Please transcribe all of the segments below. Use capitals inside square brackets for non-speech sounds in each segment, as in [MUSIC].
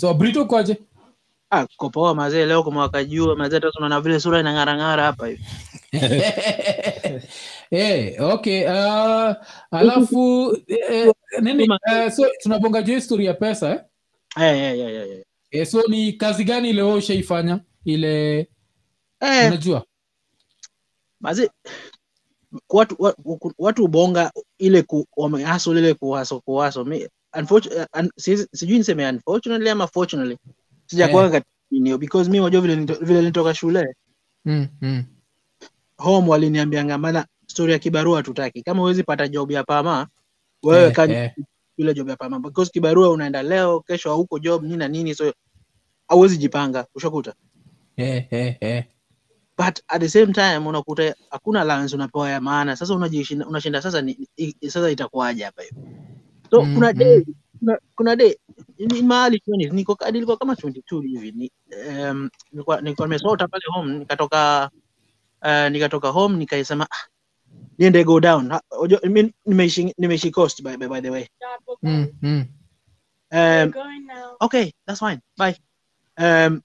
so brito kwaje Ah, kopoa mazee leo kumewaka jua mazee hata tunaona vile sura inang'arang'ara hapa hivi Eh, okay uh, alafu eh, nini eh, so tunabonga juu history ya pesa eh? Eh, eh, eh, eh, eh. Eh, so ni kazi gani ile wewe ushaifanya ile Eh, unajua mazee watu, watu, watu ubonga ile ku, wamehasul ile kuhaso kuhaso mi unfortunately un, si- sijui niseme unfortunately ama fortunately sijakuwa Eh. katika hiyo because mi wajua vile nito- vile nitoka shule mm, mm. home waliniambianga bana story ya kibarua tutaki kama huwezi pata job ya pama wewe Eh, kaa eh. yule job ya pama because kibarua unaenda leo kesho hauko job nini na nini so hauwezi jipanga ushakuta Eh, eh, eh. but at the same time unakuta hakuna allowance unapewa ya maana sasa unajishinda unashinda sasa ni, i, i- sasa itakuwaje hapa hiyo so Mm, kuna mm. day kuna, kuna day ni- ni mahali 20 niko kadi ilikuwa kama 22 hivi ni um, nilikuwa nilikuwa nimesota pale home nikatoka uh, nikatoka home nikaisema ah, niende go down Ha- ojo- I mean, nimeishi nimeishi coast by, by, by the way Mm, mm. um, okay that's fine bye um,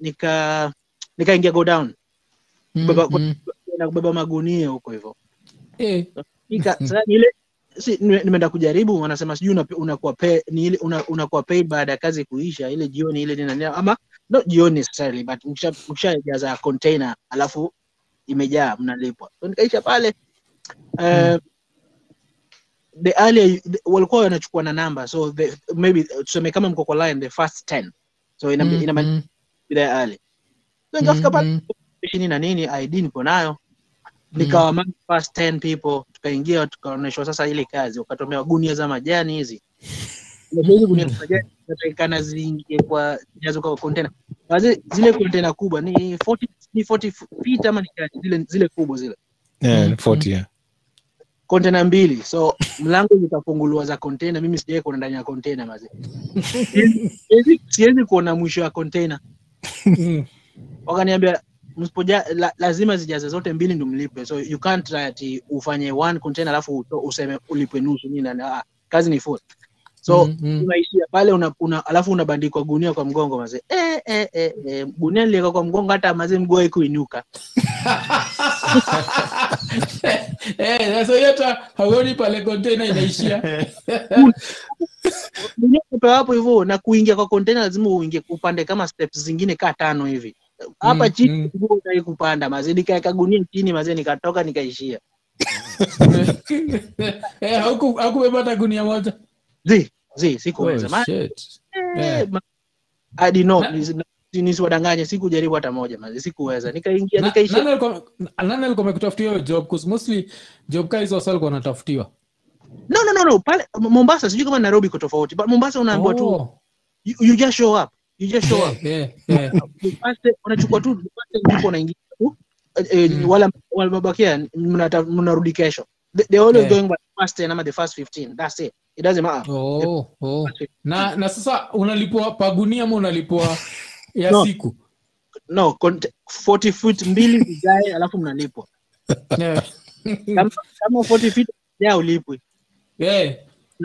nika nikaingia go down Mm, Baba- mm. na kubeba magunia huko hivyo Eh, Ika- sasa ni ile si nime- nimeenda kujaribu wanasema sijui una- unakuwa pay- ni ile una- unakuwa paid baada ya kazi kuisha ile jioni ile nini na nini, ama not jioni necessarily but ukisha- ukishajaza container alafu imejaa mnalipwa so nikaisha pale eh, the earlier you- the- walikuwa wanachukua na namba so the, maybe tuseme kama mko kwa line the first 10 so ina mm, ina maana mm, ile early so nikafika pale mm, shini na nini ID niko nayo Mm. nikawa among the first 10 people tukaingia tukaoneshwa sasa ile kazi ukatomewa gunia za majani hizi Unajua hizi gunia za majani zinatakikana ziingie kwa zijazo kwa container Wazi, zile container kubwa ni 40 ni 40 feet ama ni gani? zile zile kubwa zile Mm, Yeah, mm. 40, yeah. container mbili so mlango zikafunguliwa za container mimi sijawai kuona ndani ya container mazee Siwezi- siwezi- siwezi kuona mwisho wa container mm. [LAUGHS] wakaniambia msipoja la, lazima zijaze zote mbili ndo mlipwe so you can't try ati ufanye one container alafu uto- useme ulipwe nusu nini na- na ah, kazi ni full so Mm, mm. unaishia pale una, una, alafu unabandikwa gunia kwa mgongo mazee eh, eh, eh, eh. gunia niliweka kwa mgongo hata mazee mguu haikuinuka Eh, sasa hiyo hata hauoni pale container [LAUGHS] inaishia [LAUGHS] gunia kupewa hapo hivyo na kuingia kwa container lazima uingie upande kama steps zingine kaa tano hivi hapa Mm, chini mm. mguu utai kupanda mazee nikaweka gunia chini mazee nikatoka nikaishia Eh, hauku- haukubeba hata gunia moja zi zi sikuweza Oh, Ma- shit. Eh, Yeah. ma- hadi no Na- nisi- nisiwadanganye sikujaribu hata moja mazi sikuweza nikaingia Na- nikaisha nani alikuwa- nani alikuwa amekutafutia hiyo job 'Cause mostly job kaa hizo wasa alikuwa anatafutiwa no no no no pale M- mombasa sijui kama nairobi iko tofauti but mombasa unaambiwa tu Oh. eh, you, you just show up you just show [LAUGHS] up Yeah, yeah, yeah. Nipate- unachukua tu nipate ndipo unaingia tu Eh, eh, Mm. wala wala mabakia mnata- mnarudi kesho they, they always Yeah. going by the first 10 ama the first 15 that's it it doesn't matter Oh, oh. na na sasa unalipwa pagunia ama unalipwa ya No. siku no cont- 40 feet mbili [LAUGHS] zijae alafu mnalipwa yeah. kama kama 40 feet ya ulipwi yeah.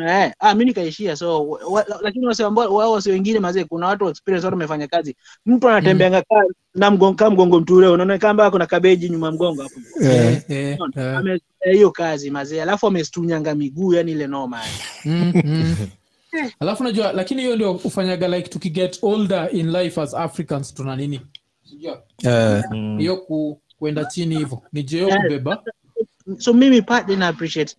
Eh, ah, mi nikaishia so wa, wa- lakini wase ambao wao wase wengine mazee kuna watu wa experience watu wamefanya kazi mtu anatembeanga ka na mgongo kama mgongo mture unaona kama kuna kabeji nyuma ya mgongo hapo Yeah. Yeah, yeah, Unaona? yeah. Ame- eh, hiyo kazi mazee alafu amestunyanga miguu yani ile noma yani. Mm, mm. alafu najua lakini hiyo ndio ufanyaga like tukiget older in life as africans tuna nini Unajua, Uh, hiyo ku, kuenda chini hivo ni jeo Yeah. kubeba so mimi partly na appreciate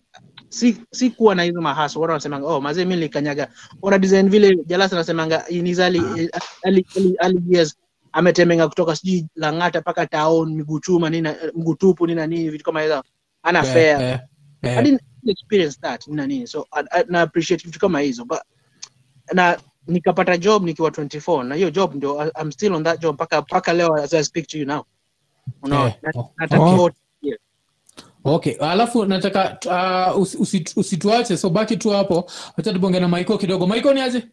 si si kuwa na hizo mahaso watu wanasemanga oh mazee mimi nilikanyaga ona design vile jalasa anasemanga in his early, eh, early, early, early years ametemenga kutoka sijui langata mpaka town miguu chuma nini na- mguu tupu nini na nini vitu kama hizo ana Yeah, fair yeah, I yeah. didn't experience that na nini so I, I, na appreciate vitu kama hizo but na nikapata job nikiwa 24 na hiyo job ndio I- I'm still on that job mpaka mpaka leo as I speak to you now unaona Eh, na, oh, na tatu oh. wote yeah. okay alafu nataka uh, usi- usi- usituache so baki tu hapo wacha tubonge na maiko kidogo maiko ni aje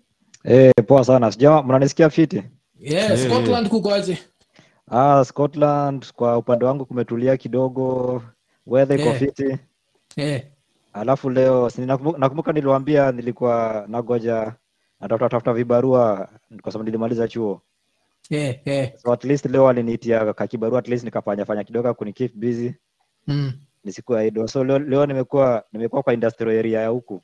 Eh, poa sana. Sijama mnanisikia fiti? yeah, scotland kuko aje Ah, Scotland kwa upande wangu kumetulia kidogo. Weather iko Eh. fiti. yeah. Alafu leo si ninakumbu- nakumbuka niliwaambia nilikuwa nagoja natafuta tafuta vibarua kwa sababu nilimaliza chuo eh, eh. so at least leo walinitia kakibarua at least nikafanyafanya kidogo kunikeep busy Mm. nisikuwa idle so leo, leo nimekuwa nimekuwa kwa industrial area ya huku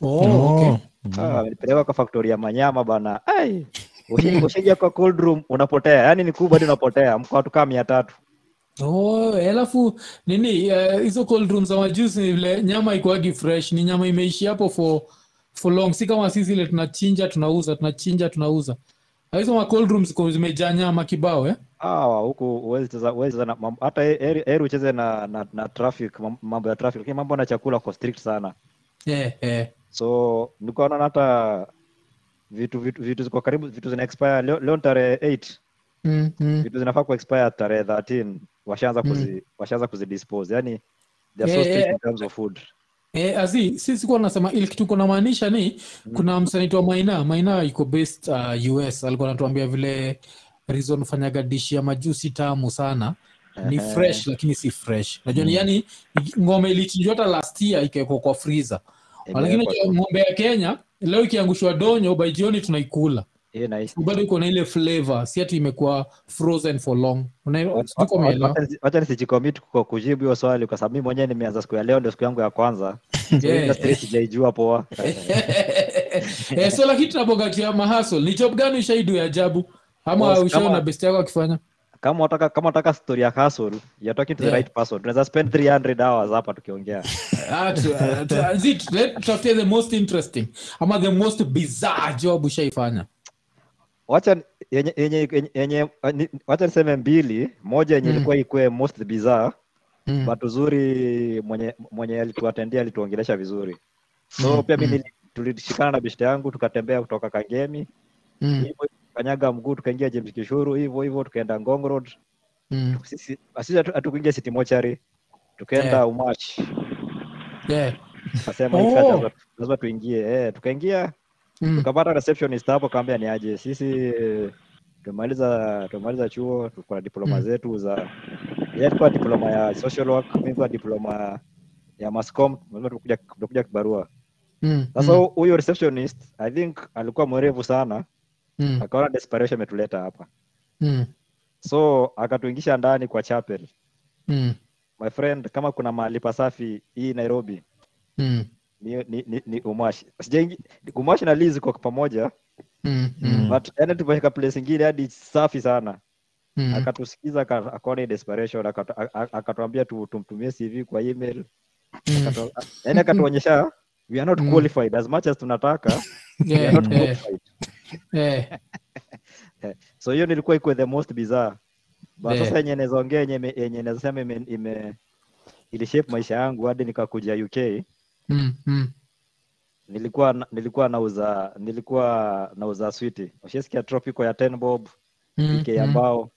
Oh, okay. Oh, Ah, nilipelekwa kwa factory ya manyama bana Ai, ushi- ushaingia kwa cold room unapotea yaani ni kubwa hadi unapotea mko watu kama mia tatu Oh, alafu nini eh, hizo cold room za majusi ni vile nyama ikuagi fresh ni nyama imeishi hapo for for long si kama sisi ile tunachinja tunauza tunachinja tunauza Ah, hizo ma cold rooms ziko zimejaa nyama kibao eh? hawa huku huwezi cheza- huwezi cheza na mambo- hata heri heri ucheze na, na, na traffic mam- mambo ya traffic lakini mambo na chakula kwa strict sana Eh, eh. so nilikuwa naona hata vitu vitu vitu ziko karibu vitu zina expire leo, leo ni tarehe 8 Mm, mm. vitu zinafaa ku expire tarehe 13 washaanza Mm. kuzi washaanza kuzidispose yani they are Eh, so strict eh, in terms of food Eh, azi si sikuwa nasema ile kitu kuna maanisha ni Mm. kuna msanaitwa Maina Maina yuko based uh, US alikuwa anatuambia vile Rizon fanyaga dishi ya majusi tamu sana ni Ehe. Mm. fresh lakini si fresh unajua ni yani ng'ombe ilichinjwa hata last year ikawekwa kwa freezer lakini Imewekwa unajua tu. ng'ombe ya Kenya leo ikiangushwa donyo by jioni tunaikula Eh, nice. bado iko na ile flavor si ati imekuwa frozen for long Una- sijui kama umeelewa. wacha nisijikomit kwa kujibu hiyo swali kwa sababu mi mwenyewe nimeanza siku ya leo ndio siku yangu ya kwanza So, [LAUGHS] Yeah. industry [LAUGHS] sijaijua poa Eh, so lakini tunapokatia mahasol ni job gani ushaidu ya ajabu ama Boss, ushaona kama- best yako akifanya kama wataka kama wataka story ya hustle you're talking to the Yeah. right person tunaweza spend 300 hours hapa tukiongea Ah, tu- ah, tu- ah, zi- tu- tutafutie the most interesting ama the most bizarre job ushaifanya wacha ni- yenye yenye yenye- yenye eh, ni- wacha niseme mbili moja yenye Mm. ilikuwa ikwe most bizarre Mm. but uzuri mwenye mwenye alituatendia alituongelesha vizuri so Mm, pia mi mm. nili- tulishikana na bishte yangu tukatembea kutoka kagemi Mm, hivyo kanyaga mguu tukaingia james kishuru hivyo hivyo tukaenda ngong road mm. sisi sisi hatu- hatukuingia city mochari tukaenda Yeah. umach Yeah. kasema Oh. lazima tuingie eh, tukaingia Mm, tukapata receptionist hapo kaambia ni aje sisi eh, tumemaliza tumemaliza chuo tuko na diploma Mm. zetu za yeye alikuwa diploma ya social work mimi kwa diploma ya mascom lazima tukuja tukuja kibarua mm, sasa mm, huyo receptionist i think alikuwa mwerevu sana mm, akaona desperation imetuleta hapa mm, so akatuingisha ndani kwa chapel mm, my friend kama kuna mahali pasafi hii nairobi mm, ni, ni, ni, ni umashi sijaingi umashi na lizi kwa pamoja mm, Mm. mm, but yani tupeleka place ingine hadi safi sana mm. akatusikiza aka- akaona hii desperation akatu- a- a- akatuambia tu- tumtumie cv kwa email Mm. Akatu- yani akatuonyesha we are not Mm. qualified as much as tunataka we are Yeah, not [LAUGHS] yeah, qualified [LAUGHS] yeah. so hiyo nilikuwa ikuwe the most bizarre but Yeah. sasa yenye naweza ongea yenye ime- yenye naweza sema ime, ime ilishape maisha yangu hadi nikakuja uk Mm, mm. nilikuwa na- nilikuwa nauza nilikuwa nauza switi ushasikia tropico ya ten bob Mm, pike ya mm, mbao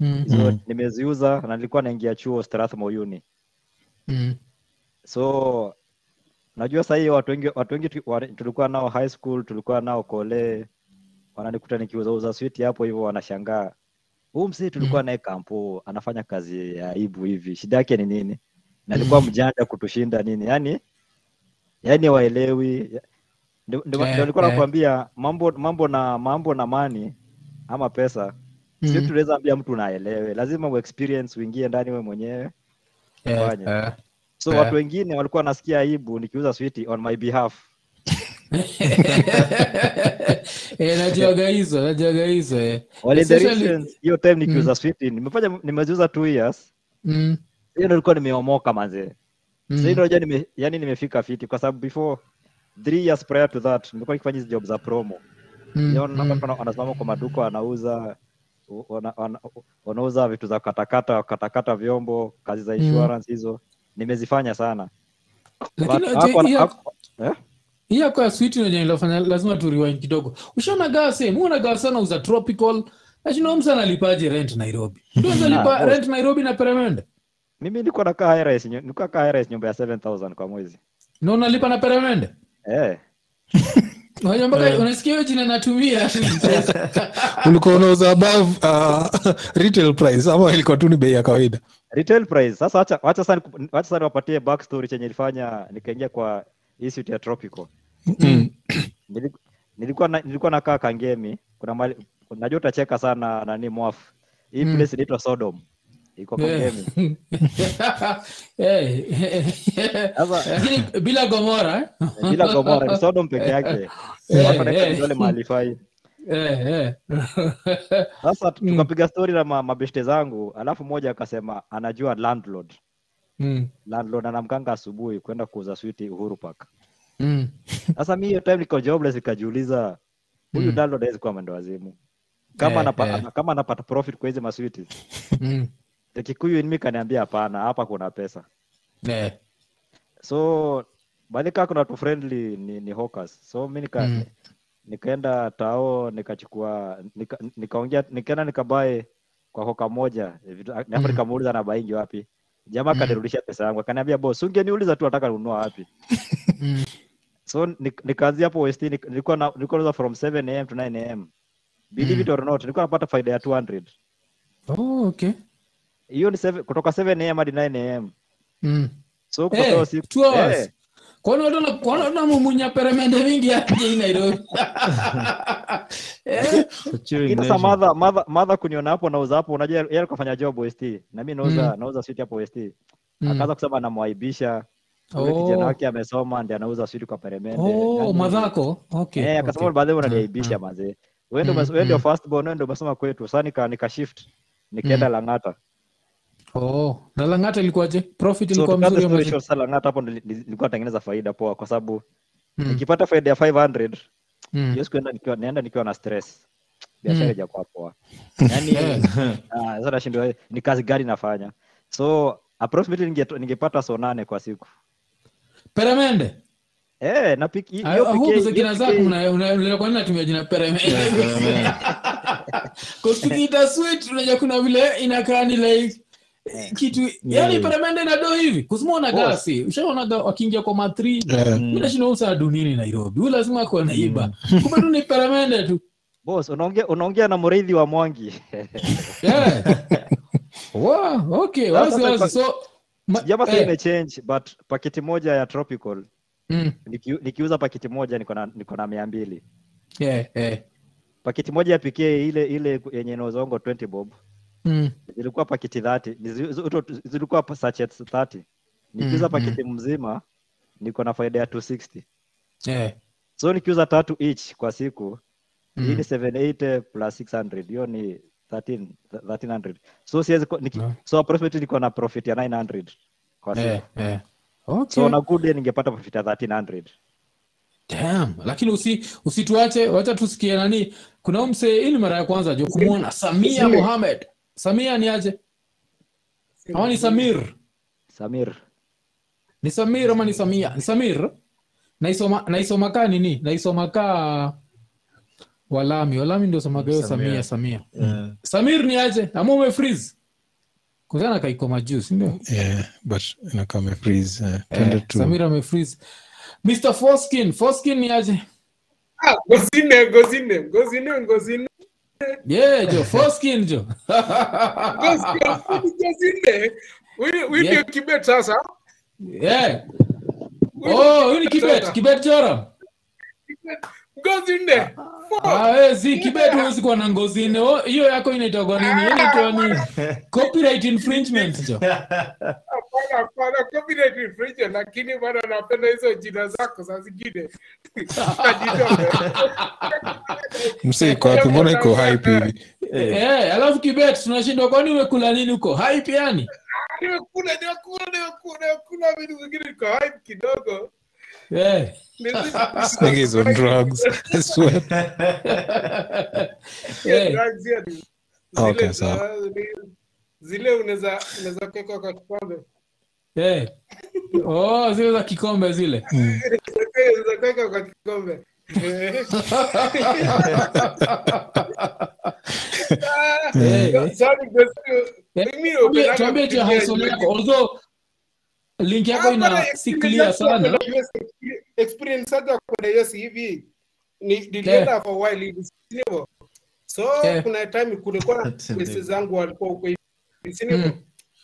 mm, hizo Mm. nimeziuza na nilikuwa naingia chuo strathmore uni mm. so najua sahii watu wengi watu wengi tu- wa- tulikuwa nao high school tulikuwa nao kole wananikuta nikiuzauza switi hapo hivyo wanashangaa huu msee tulikuwa Mm. naye kampo anafanya kazi ya aibu hivi shida yake ni nini na alikuwa Mm. mjanja kutushinda nini yaani, yani yani waelewi ndio ndio- Eh, ndio nilikuwa eh. nakwambia mambo mambo na mambo na mani ama pesa sio Mm. tunaweza ambia mtu naelewe lazima uexperience uingie ndani we mwenyewe Yeah, Fanya. yeah. so Eh. watu wengine walikuwa nasikia aibu nikiuza switi on my behalf Eh, [LAUGHS] najuaga hizo najuaga hizo eh. Well, in the Especially- recent, hiyo time nikiuza switi nimefanya nimeziuza two years Mm, hiyo ndo ilikuwa nimeomoka manze mm, so hiyo najua nime, yani nimefika fiti kwa sababu before three years prior to that nimekuwa nikifanya hizi job za promo mm, Yaani unaona mm. watu wana- wanasimama kwa maduka wanauza u- wana- wana- wanauza vitu za katakata katakata vyombo kazi za Mm. insurance hizo nimezifanya sana But Lakini aje- hakuwa na- hiyo- haku- eh? hiyo kwa switi yenye ilofanya lazima turiwain kidogo ushaona gaa sehemu huona gaa sana uza tropical nashinda msa analipaje rent [LAUGHS] nairobi Ndio unaweza Ah, lipa boss. rent nairobi na peremende mimi nilikuwa nakaa high rise nyu- nilikuwa kaa high rise nyumba ya 7000 kwa mwezi na unalipa na peremende eh Unajua mpaka unasikia hiyo jina [LAUGHS] Eh. natumia ulikuwa unauza above uh, [LAUGHS] retail price ama ilikuwa tu ni bei ya kawaida retail price sasa acha acha sana niku- acha sana wapatie backstory chenye ilifanya nikaingia kwa hii suit ya tropical mm. Nili- nilikuwa na, nilikuwa nakaa Kangemi. Kuna mali, najua utacheka sana nani mwafu. Hii Mm. place inaitwa Sodom. Iko Kangemi. Eh, eh, eh. Sasa lakini bila gomora eh? bila Gomora ni Sodom peke yake. Eh, Watu wanaweka eh. vidole mahali fai. [LAUGHS] Eh, eh. [LAUGHS] Sasa Mm. tukapiga story na ma- mabeshte zangu, alafu mmoja akasema anajua landlord. Mm, Landlord anamkanga asubuhi kwenda kuuza switi Uhuru Park. mm. Sasa mi hiyo time niko jobless nikajiuliza huyu Mm. mm. landlord hawezi kuwa amendowazimu. Kama Eh, anapa, eh. ana- kama anapata profit kwa hizi maswiti. Mm. The Kikuyu in me kaniambia hapana, hapa kuna pesa. Eh, So balika kuna tu friendly ni, ni hawkers. So mi nika, Mm. nikaenda tao nikachukua nika- nikaongea nikaenda nikabae kwa hoka moja vitu- na hapo Mm. nikamuuliza na baingi wapi jamaa Mm. akanirudishia pesa yangu akaniambia boss ungeniuliza tu nataka nunua wapi [LAUGHS] Mm. so nik- nikaanzia hapo west nik- nilikuwa na- nilikuwa nauza from 7 am to 9 am believe Mm. it or not nilikuwa napata faida ya 200 oh, okay. hiyo ni seven- kutoka 7 am hadi 9 am Mm. so kutoka hiyo Eh, siku- two hours. eh, Kwani watu wana- kwani watu wanamumunya peremende mingi aje hii [LAUGHS] Nairobi? Eh, lakini sasa madha madha madha kuniona hapo nauza hapo unajua yeye alikuwa kafanya job west na mimi nauza nauza switi hapo west mm. akaanza kusema anamwaibisha ule Oh. kijana wake amesoma ndi anauza switi kwa peremende Oh, Yaani, madhako okay, eh, akasema okay. baadhi unaniaibisha mazee wewe ndio Mm, umes- wewe ndio mm. first born wewe ndio umesoma kwetu sasa nika nika shift nikaenda Mm. Lang'ata Oh, na Lang'ata ilikuwaje profit so ilikuwa to cut the mzuri ama story zi- short sasa Lang'ata hapo nili- nili- nilikuwa natengeneza faida poa kwa sababu Mm, nikipata faida ya 500 mm. hiyo siku naenda nikiwa naenda nikiwa na stress biashara Mm. haijakuwa poa yani [LAUGHS] Eh, ah, sasa nashindwa eh, ni kazi gani nafanya so approximately ninge- ningepata so nane kwa siku peremende eh na piki Ah, hiyo ah, huku piki- za hiyo kina piki- zako mna- mna- mna- kwa nini natumia jina peremende [LAUGHS] Kwa tukiita sweet unajua kuna vile inakaa ni like eh, kitu yani peremende inado hivi kusimaona Boss. gasi ushaonaga wakiingia kwa matri Yeah. Mm. mi nashinda umsa dunini nairobi huyu lazima akuwa naiba [LAUGHS] kumbe tu ni peremende tu Boss, unaongea unaongea na mrithi wa Mwangi. Yeah. [LAUGHS] Wow, okay, Sasa wazi, wazi. kwa- So, ma- [LAUGHS] Jamaa sasa eh, imechange but pakiti moja ya tropical mm, nikiu- nikiuza pakiti moja niko na niko na 200. yeah, yeah. Pakiti moja ya pekee ile ile yenye inozongo 20 bob. Mm, Zilikuwa pakiti 30. Ni zi- zi- Zilikuwa pa- sachets 30. Nikiuza Mm, pakiti mzima niko na faida ya 260. yeah. So nikiuza tatu each kwa siku, hii Mm. ni 780 plus 600. Hiyo ni 13 1300. So siwezi ku- niki- Yeah. so approximately niko na profit ya 900 kwa siku. Yeah, yeah. Okay. so na good day ningepata profit ya 1300 Damn. lakini usi usituache wacha tusikie nani kuna huyu msee hii ni mara ya kwanza jo kumwona samia mohamed samia ni aje ama ni samir samir ni samir ama ni samia ni samir naisoma naisoma kaa nini naisoma kaa walami walami ndio somaga hiyo samia Samia. samia samir ni aje ama umefriz kuzana kaikoma juu sindio Yeah, but inakaa imefreeze, eh, tuende eh, tu. samir amefriz mr foskin foskin ni aje Ah, Gosine, Gosine, Gosine, Gosine, yeah [LAUGHS] jo foskin jo Gosine, Gosine. Huyu huyu Yeah. ndio kibet sasa. yeah. Huyu Oh, huyu ni ndio Kibet, sasa. Kibet Joram. Gosine. Ah, eh, zi Kibet huwezi kuwa na ngozi nne. Oh, Hiyo yako inaitwa nini? Hiyo Inaitwa [LAUGHS] ni copyright infringement jo. Hapana, hapana, copyright infringement, lakini bado napenda hizo jina zako saa zingine. Najitoa. Msee iko wapi? Mbona iko hype hivi? Eh, alafu Kibet tunashindwa kwani umekula nini huko? Hype yani? Nimekula, nimekula, nimekula, nimekula vitu vingine niko hype kidogo. Eh. Nilizidi- Nigga [LAUGHS] is on drugs. I swear. Zile Eh. drugs hiyo ni- Ah, okay, zile- sawa. ah, ni- zile unaweza unaweza kuweka kwa kikombe Eh. Oh, zile za kikombe zile. unaweza kuweka kwa kikombe Eh. Ah, Eh. sorry, Gosu. Eh, Mimi Tuambie- hupendaga Tuambie tu kupiga household jioni. yako. Although link yako Ah, bana, ina si clear experience yangu sana. na US experience- experience yangu ya kwenda US hivi ni nilienda for a while hivi, si ndivyo? so Eh. kuna time kulikuwa na Ati pesa ndivyo. zangu walikuwa huko hivi, si ndivyo? Mm.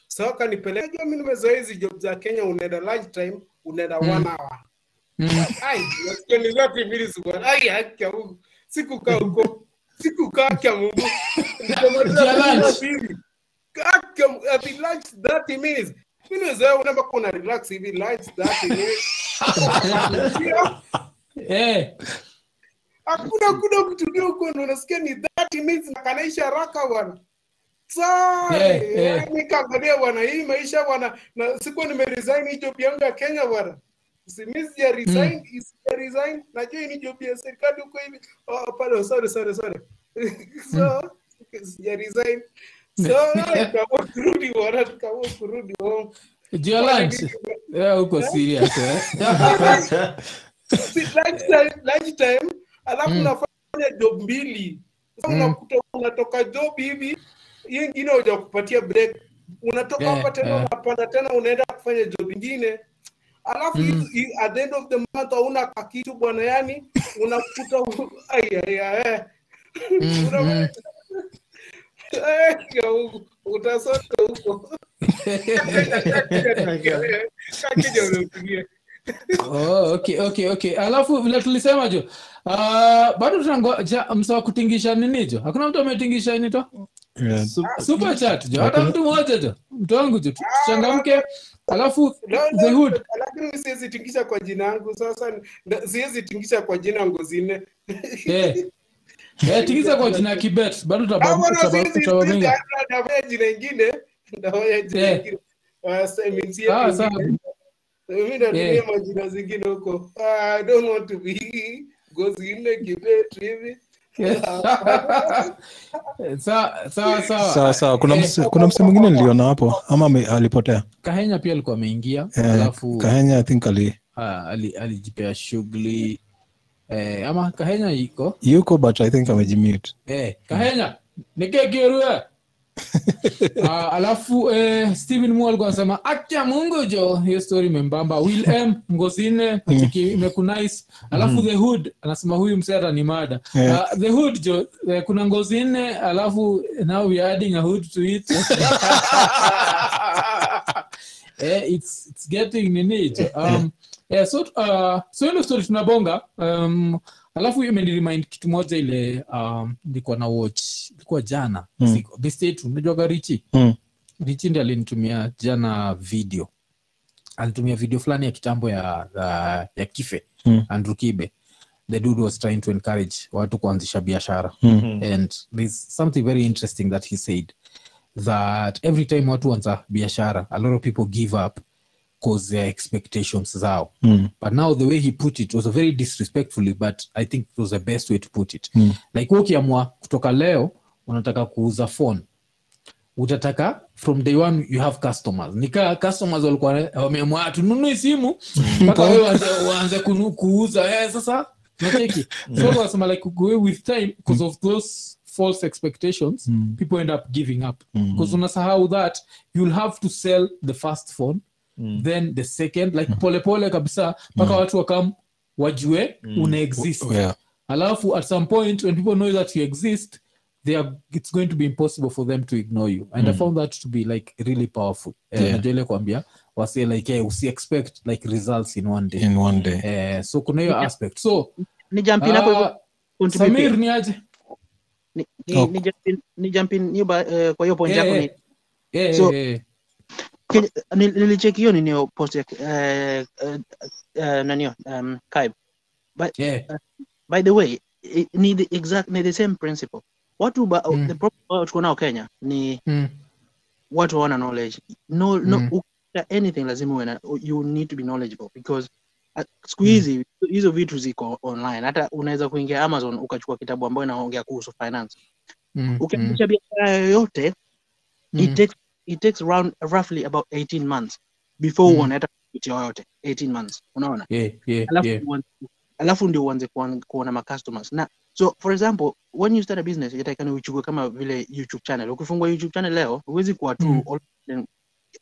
so kanipeleka Unajua mimi nimezoea hizi job za Kenya unaenda lunch time unaenda one hour Mm. Ai, maskini zote mbili ziko. Ai, haki ya Mungu. Sikukaa huko. Sikukaa haki ya Mungu. Nikamaliza Ya lunch. saa mbili. Haki ya Mungu. Ati lunch 30 minutes. Mimi nizoea unaomba kuna relax hivi lunch 30 minutes. Sio? Eh, Hakuna kuna kutulia huko ndo unasikia ni 30 minutes na kanaisha haraka bwana. Sai, Eh, eh. yaani kaangalia bwana hii maisha bwana na sikuwa nimeresign hii job yangu ya Kenya bwana. Si mimi sija resign, sija resign. Najua hii ni job ya serikali huko hivi. Oh, pale sorry sorry sorry. [LAUGHS] so, sija resign. So, tukaamua kurudi bwana, tukaamua kurudi home. juu ya lunch. Eh, huko serious, eh. [LAUGHS] Si lunchtime, lunchtime, alafu Mm. unafanya job mbili Sasa unakuta unatoka job hivi hiyo ingine uja kupatia break unatoka Yeah, hapa tena yeah. unapanda tena unaenda kufanya job ingine alafu Mm. hizi- hi- at the end of the month hauna kakitu bwana yani unakuta u- [LAUGHS] ai, ai, ai. Mm, Una- [LAUGHS] Eh, ya Mungu, [LAUGHS] utasota huko eh, [LAUGHS] Kakija unapigia. Oh, okay, okay, okay. Alafu vile tulisema jo, uh, bado tunangoja msa wa kutingisha nini jo? Hakuna mtu ametingisha nini to? Yeah. Super chat jo, hata mtu mmoja jo. Mtu wangu jo, tu- tuchangamke. Alafu No, no, the hood. lakini mi siwezi tingisha kwa jina yangu sasa na- siwezi tingisha kwa jina ngozine Eh. Eh, tingiza kwa jina ya Kibet, bado Au bwana, utababu- siwezi utababu- tingisha, utababu- hata nafanya jina ingine nafanya jina Eh. ingine Ah, sasa imenisia Sawa, ingine. sawa. mi natumia Eh. majina zingine huko Ah, I don't want to be [LAUGHS] ngozine kibet hivi Eh, sawa, sawa, sawa. sawa sawa kuna Eh, mse- kuna msee mwingine niliona hapo ama ame- alipotea Kahenya pia alikuwa ameingia eh, alafu kahenya i think ali ah, ali- alijipea shughuli eh, ama Kahenya iko yuko but i think amejimute Eh, kahenya [LAUGHS] nikekierue uh, alafu eh, stephen mu alikuwa anasema akya mungu jo hiyo story membamba will m ngozine achiki [LAUGHS] imekunais alafu the hood anasema huyu mseta ni mada Yeah. uh, the hood jo eh, kuna ngozine alafu now we are adding a hood to [LAUGHS] it eh, it's, it's getting nini jo um, yeah, so uh, so hiyo ndio story tunabonga um, alafu imenirimind kitu moja ile um, nilikuwa na watch ilikuwa jana Mm. mm. bestetu najuaga richi Mm. richi ndi alinitumia jana video alitumia video fulani ya kitambo ya, ya, ya kife Mm. andrew kibe the dude was trying to encourage watu kuanzisha biashara Mm. and there's something very interesting that he said that every time watu wanza biashara a lot of people give up cause their expectations zao Mm. but now the way he put it was a very disrespectfully but i think it was the best way to put it Mm. like wewe ukiamua kutoka leo unataka kuuza phone utataka from day one you have customers nikaa customers walikuwa wameamua "Ah, tununue simu mpaka wewe uanze- uanze kunu- kuuza eh, sasa nacheki so nasema like we- with time because of those false expectations Mm. people end up giving up Mm. because unasahau that you'll have to sell the first phone Mm. then the second like Mm-hmm. polepole kabisa mpaka watu wakam wajue una exist Mm-hmm. Yeah. alafu at some point when people know that you exist they are, it's going to be impossible for them to ignore you and i found that to be like really powerful Eh, Mm. Yeah. najua ile kuambia wase like hey, usi expect like results in one day in one day Eh, so kuna hiyo aspect so ni jump in hapo ah, hivyo, point pia. samir ni aje Ni- Oh. ni- ni jump in- ni jump in hiyo ba- eh, kwa hiyo point Eh, yako eh. ni Eh, So- eh, eh. Kile- nil- nilicheki hiyo ninio post ya eh, eh, eh, nanio um, Kaib. Eh, by the way i- ni the exact ni the same principle watu ba, Mm. the problem ambayo tuko nao Kenya ni mm, watu hawana knowledge no no Mm. ukitaka anything lazima uwe na you need to be knowledgeable because uh, Mm. siku hizi hizo vitu ziko online hata unaweza kuingia Amazon ukachukua kitabu ambayo inaongea kuhusu finance mm, mm, ukianzisha biashara yoyote mm. it takes it takes around roughly about 18 months before Mm. mm. unaeta kitu yoyote 18 months unaona Eh, eh, alafu, eh. uanze- alafu ndio uanze kuona- kuona macustomers na so for example when you start a business yatakikana uchukue kama vile youtube channel ukifungua youtube channel leo huwezi kuwa tu Mm. all- then,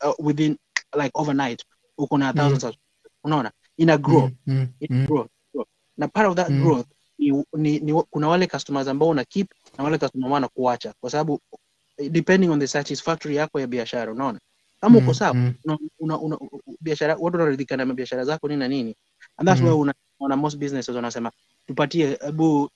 uh, within like overnight uko na thousands of unaona ina grow Mm, mm, it mm. grow, grow. na part of that Mm. growth ni, ni, ni, kuna wale customers ambao una keep na wale customers ambao wanakuacha kwa sababu eh, depending on the satisfactory yako ya biashara unaona kama uko Mm, sawa mm, una, una, una, u- u- biashara watu wanaridhika na biashara zako nini na nini and that's Mhm. why una, una most businesses wanasema tupatie hebu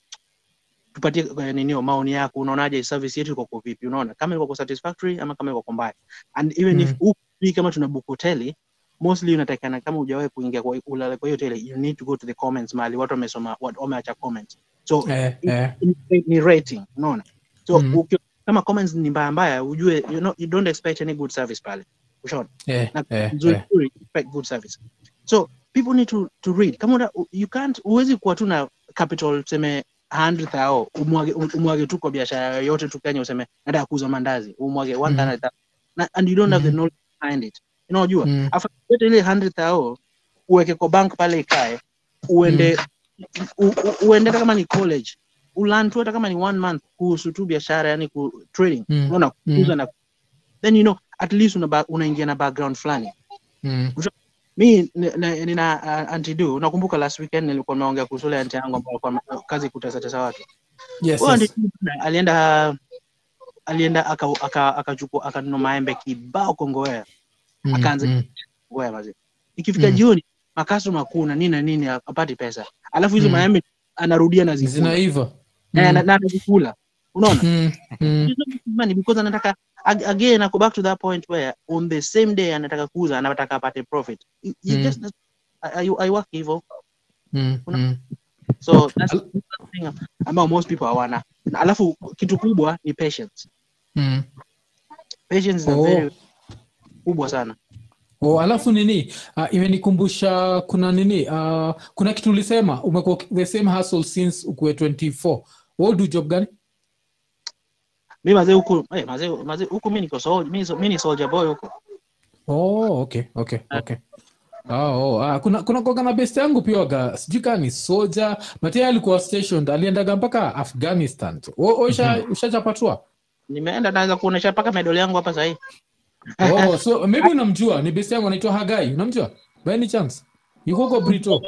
tupatie eh, ninio maoni yako unaonaje service yetu iko kwa vipi unaona kama iko kwa satisfactory ama kama iko kwa mbaya and even if Mhm. huku sijui kama tuna book hoteli mostly unatakikana kama hujawahi kuingia kwa ulale kwa hiyo hoteli you need to go to the comments mahali watu wamesoma watu wameacha comments so eh, eh. ni- ni rating unaona so Mhm. Mm. uki- kama comments ni mbaya mbaya ujue you, know, you don't expect any good service pale ushaona Eh, na eh, nzuri eh. nzuri, expect good service so people need to, to read kama una, you can't huwezi kuwa tu na capital tuseme 100 ao umwage, um, umwage tu kwa biashara yoyote tu kenya useme nataka kuuza mandazi umwage Mm-hmm. 100,000 na, and you don't have the Mhm. knowledge behind it unajua Mm, afa yote ile 100 ao uweke kwa bank pale ikae uende Mm-hmm. u, u, uende hata kama ni college ulan tu hata kama ni one month kuhusu tu biashara yani ku trading Mm. unaona Mm. kuuza na then you know at least una ba- unaingia na background fulani mm, mi ni- ni- nina uh, antidu nakumbuka last weekend nilikuwa nimeongea kuhusu ile anti yangu ambao alikuwa kazi kutasatesa watu yes, Huyo yes. anti Du bwana, alienda alienda akachukua aka, akachukua- akanunua maembe kibao kongowea Mm, akaanza- mm. kongowea mazee ikifika Mm. jioni makastoma kuna nini na nini apati pesa alafu hizo Mm. maembe anarudia na zikula zinaiva Eh, Mm, na- na anazikula unaona mm, mm, money because anataka ag- again I go back to that point where on the same day anataka kuuza anataka apate profit You- you Mm. just I, I, I work hivyo mm, mm. so that's the thing ambao most people hawana Na alafu kitu kubwa ni patience Mm. patience is a Oh. very kubwa sana Oh, alafu nini uh, imenikumbusha kuna nini uh, kuna kitu ulisema umekuwa uki- the same hustle since ukuwe 24 Wewe do job gani mi mazee huku eh, mazee mazee huku mi niko soldier mi, so- mi ni soldier boy huku oh, okay, okay, okay. Ah, oh, ah, kuna kuna kuwaga na best yangu pia waga sijui kaa ni soja matia alikuwa stationed aliendaga mpaka afghanistan O- o, usha- Mhm. ushachapatua nimeenda naweza kuonesha mpaka medali yangu hapa sahii oh, so maybe unamjua ni best yangu anaitwa hagai unamjua by any chance yuko huko brito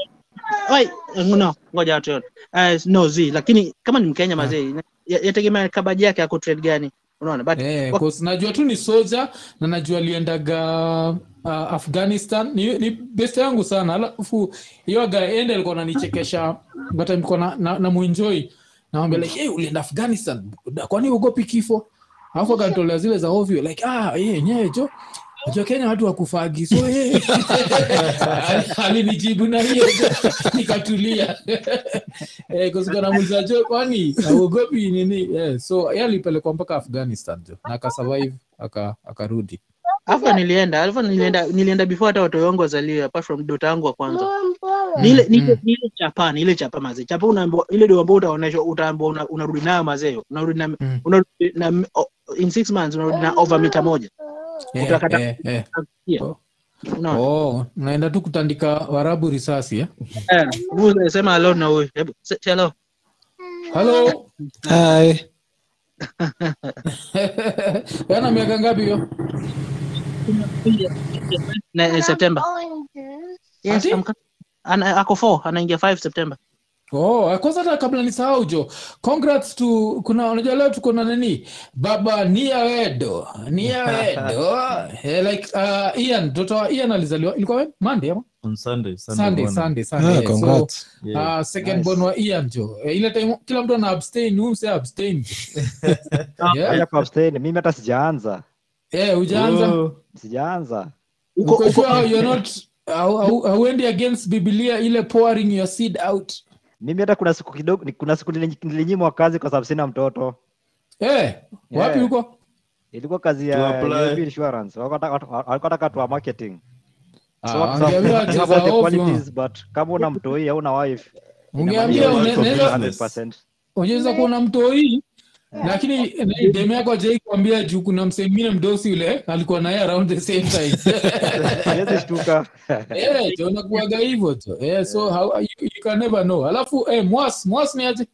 Oi, no, ngoja watu yote. Eh, no z lakini kama ni Ah. mkenya mazee ya- yategemea kabaji yake ako trade gani unaona but Eh, wak- 'cause najua tu ni soja na najua aliendaga uh, afghanistan ni, ni best yangu sana alafu hiyo aga ende alikuwa ananichekesha but nilikuwa na, na, na muenjoy nawambia like hey, ulienda afghanistan kwani ugopi kifo alafu akanitolea zile za ovyo like ah yeye yenyewe jo najua kenya watu wakufagi so yeye [LAUGHS] alinijibu na hiyo jo, nikatulia Eh, 'cause nilikuwa namuuliza jo kwani auogopi nini Eh, so yeye alipelekwa mpaka afghanistan jo na akasurvive aka akarudi After nilienda, alafu nilienda nilienda before hata watoto wangu wazaliwe apart from dota yangu wa kwanza. Ni ile ni ile- ni ile chapa, ni ile chapa mazee. Chapa unaambiwa ile ndio ambayo utaonyeshwa utaambiwa una, unarudi nayo mazee. Unarudi na Mm. unarudi na o- in 6 months unarudi na over mita moja. eh, Utakata- eh, eh. Unaona? oh naenda tu kutandika warabu risasi eh? Eh, wewe sema hello na huyu. Hebu se- hello. [LAUGHS] halo Hi. yana miaka ngapi hiyo Na eh, September. Yes, Ati? I'm co- ana ako 4, anaingia 5 September. Oh, kwanza hata kabla nisahau jo congrats to kuna unajua leo tuko na nani baba nia wedo nia wedo eh, like uh, ian mtoto wa ian alizaliwa ilikuwa when? monday ama on Sunday. sunday morning. sunday Ah, sunday eh, so congrats. Yeah. uh, second Nice. born wa ian jo eh, ile time kila mtu ana abstain huyu mse abstain yeah. Acha kuabstain, mimi hata sijaanza eh ujaanza Oh, sijaanza Uko uko uko sure you're not hau- hau- hauendi against biblia ile pouring your seed out mimi hata kuna siku kidogo ni- kuna siku nili- nilinyimwa kazi kwa sababu sina mtoto eh wapi Yeah. huko ilikuwa kazi ya To apply. UAP insurance Walikuwa wanataka- walikuwa wanataka tu wa marketing So Ah, kwa sababu- ungeambiwa [LAUGHS] kwa sababu wacheza the ovyo. qualities, but kama una mtoi au una wife Ungeambia Inamaanisha une- watu nenda- wa business. 100%. unaweza kuona mtoi lakini na- demu yako ajai kuambia juu kuna msee mwingine mdosi yule alikuwa naye around the same time Siwezi shtuka. [LAUGHS] Eh, jo, unakuwaga hivyo tu Eh, so how, you, you can never know alafu eh, mwas mwas ni aje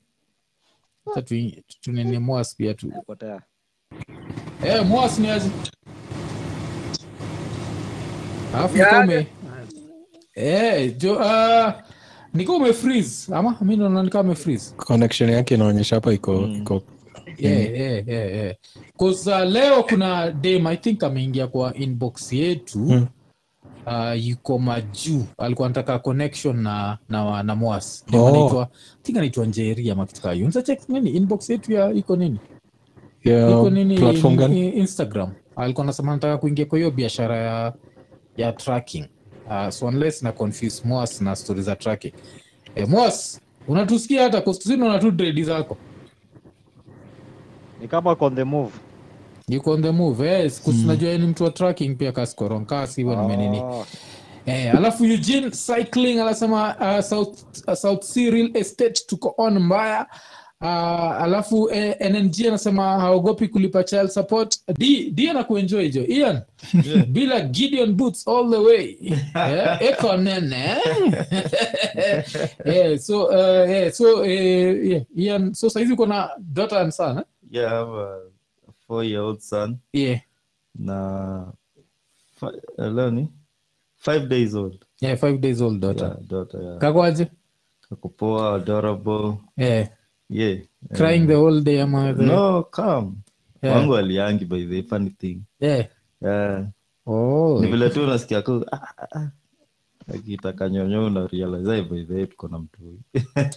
Acha tu- tunene mwas pia tu Potea. eh, mwas ni aje alafu Yeah. kome eh, jo uh, nikuwa umefreeze ama mi naona nikaa umefreeze Connection yake inaonyesha hapa iko Hmm. Mm. iko yeah, Yaani yeah, yeah, yeah. 'Cause, uh, leo kuna dem i think ameingia kwa inbox yetu Mm. uh, yuko majuu alikuwa anataka connection na na, wa- na mwas Oh. oh. think anaitwa njeri ama kitu kaa hiyo Unaweza check nini inbox yetu ya iko nini iko nini Um, platform gani in- in- instagram alikuwa anasema nataka kuingia kwa hiyo biashara ya ya tracking uh, so unless na confuse mwas na stori za tracking eh, mwas unatusikia hata kostusini unatu dredi zako ni kama on the move yuko on the move eh? yes, Mm. kusinajua ni mtu wa tracking pia kaskoronkaasivo nimenini Ah, Eh, alafu Eugene Cycling anasema uh, South, uh, South Sea Real Estate tuko on mbaya. Uh, alafu eh, NNG anasema haogopi kulipa child support. D, D anakuenjoy jo. Ian, [LAUGHS] bila Gideon Boots all the way. Eh, eko nene. [LAUGHS] eh, so, uh, eh, so, eh, yeah, Ian, so saizi uko na daughter and son, eh? Yeah, I have a four year old son Yeah. na fi- hello ni five days old Yeah, five days old daughter. yeah, daughter yeah. Kakwaje? Ako poa, adorable Eh, yeah crying the whole day ama the... no calm Yeah. wangu aliangi by the way, funny thing Yeah. yeah. Oh. ni vile tu unasikia ku ah, ah, ah. akitaka nyonyo una realize "Hey, by the way tuko na mtu huyu."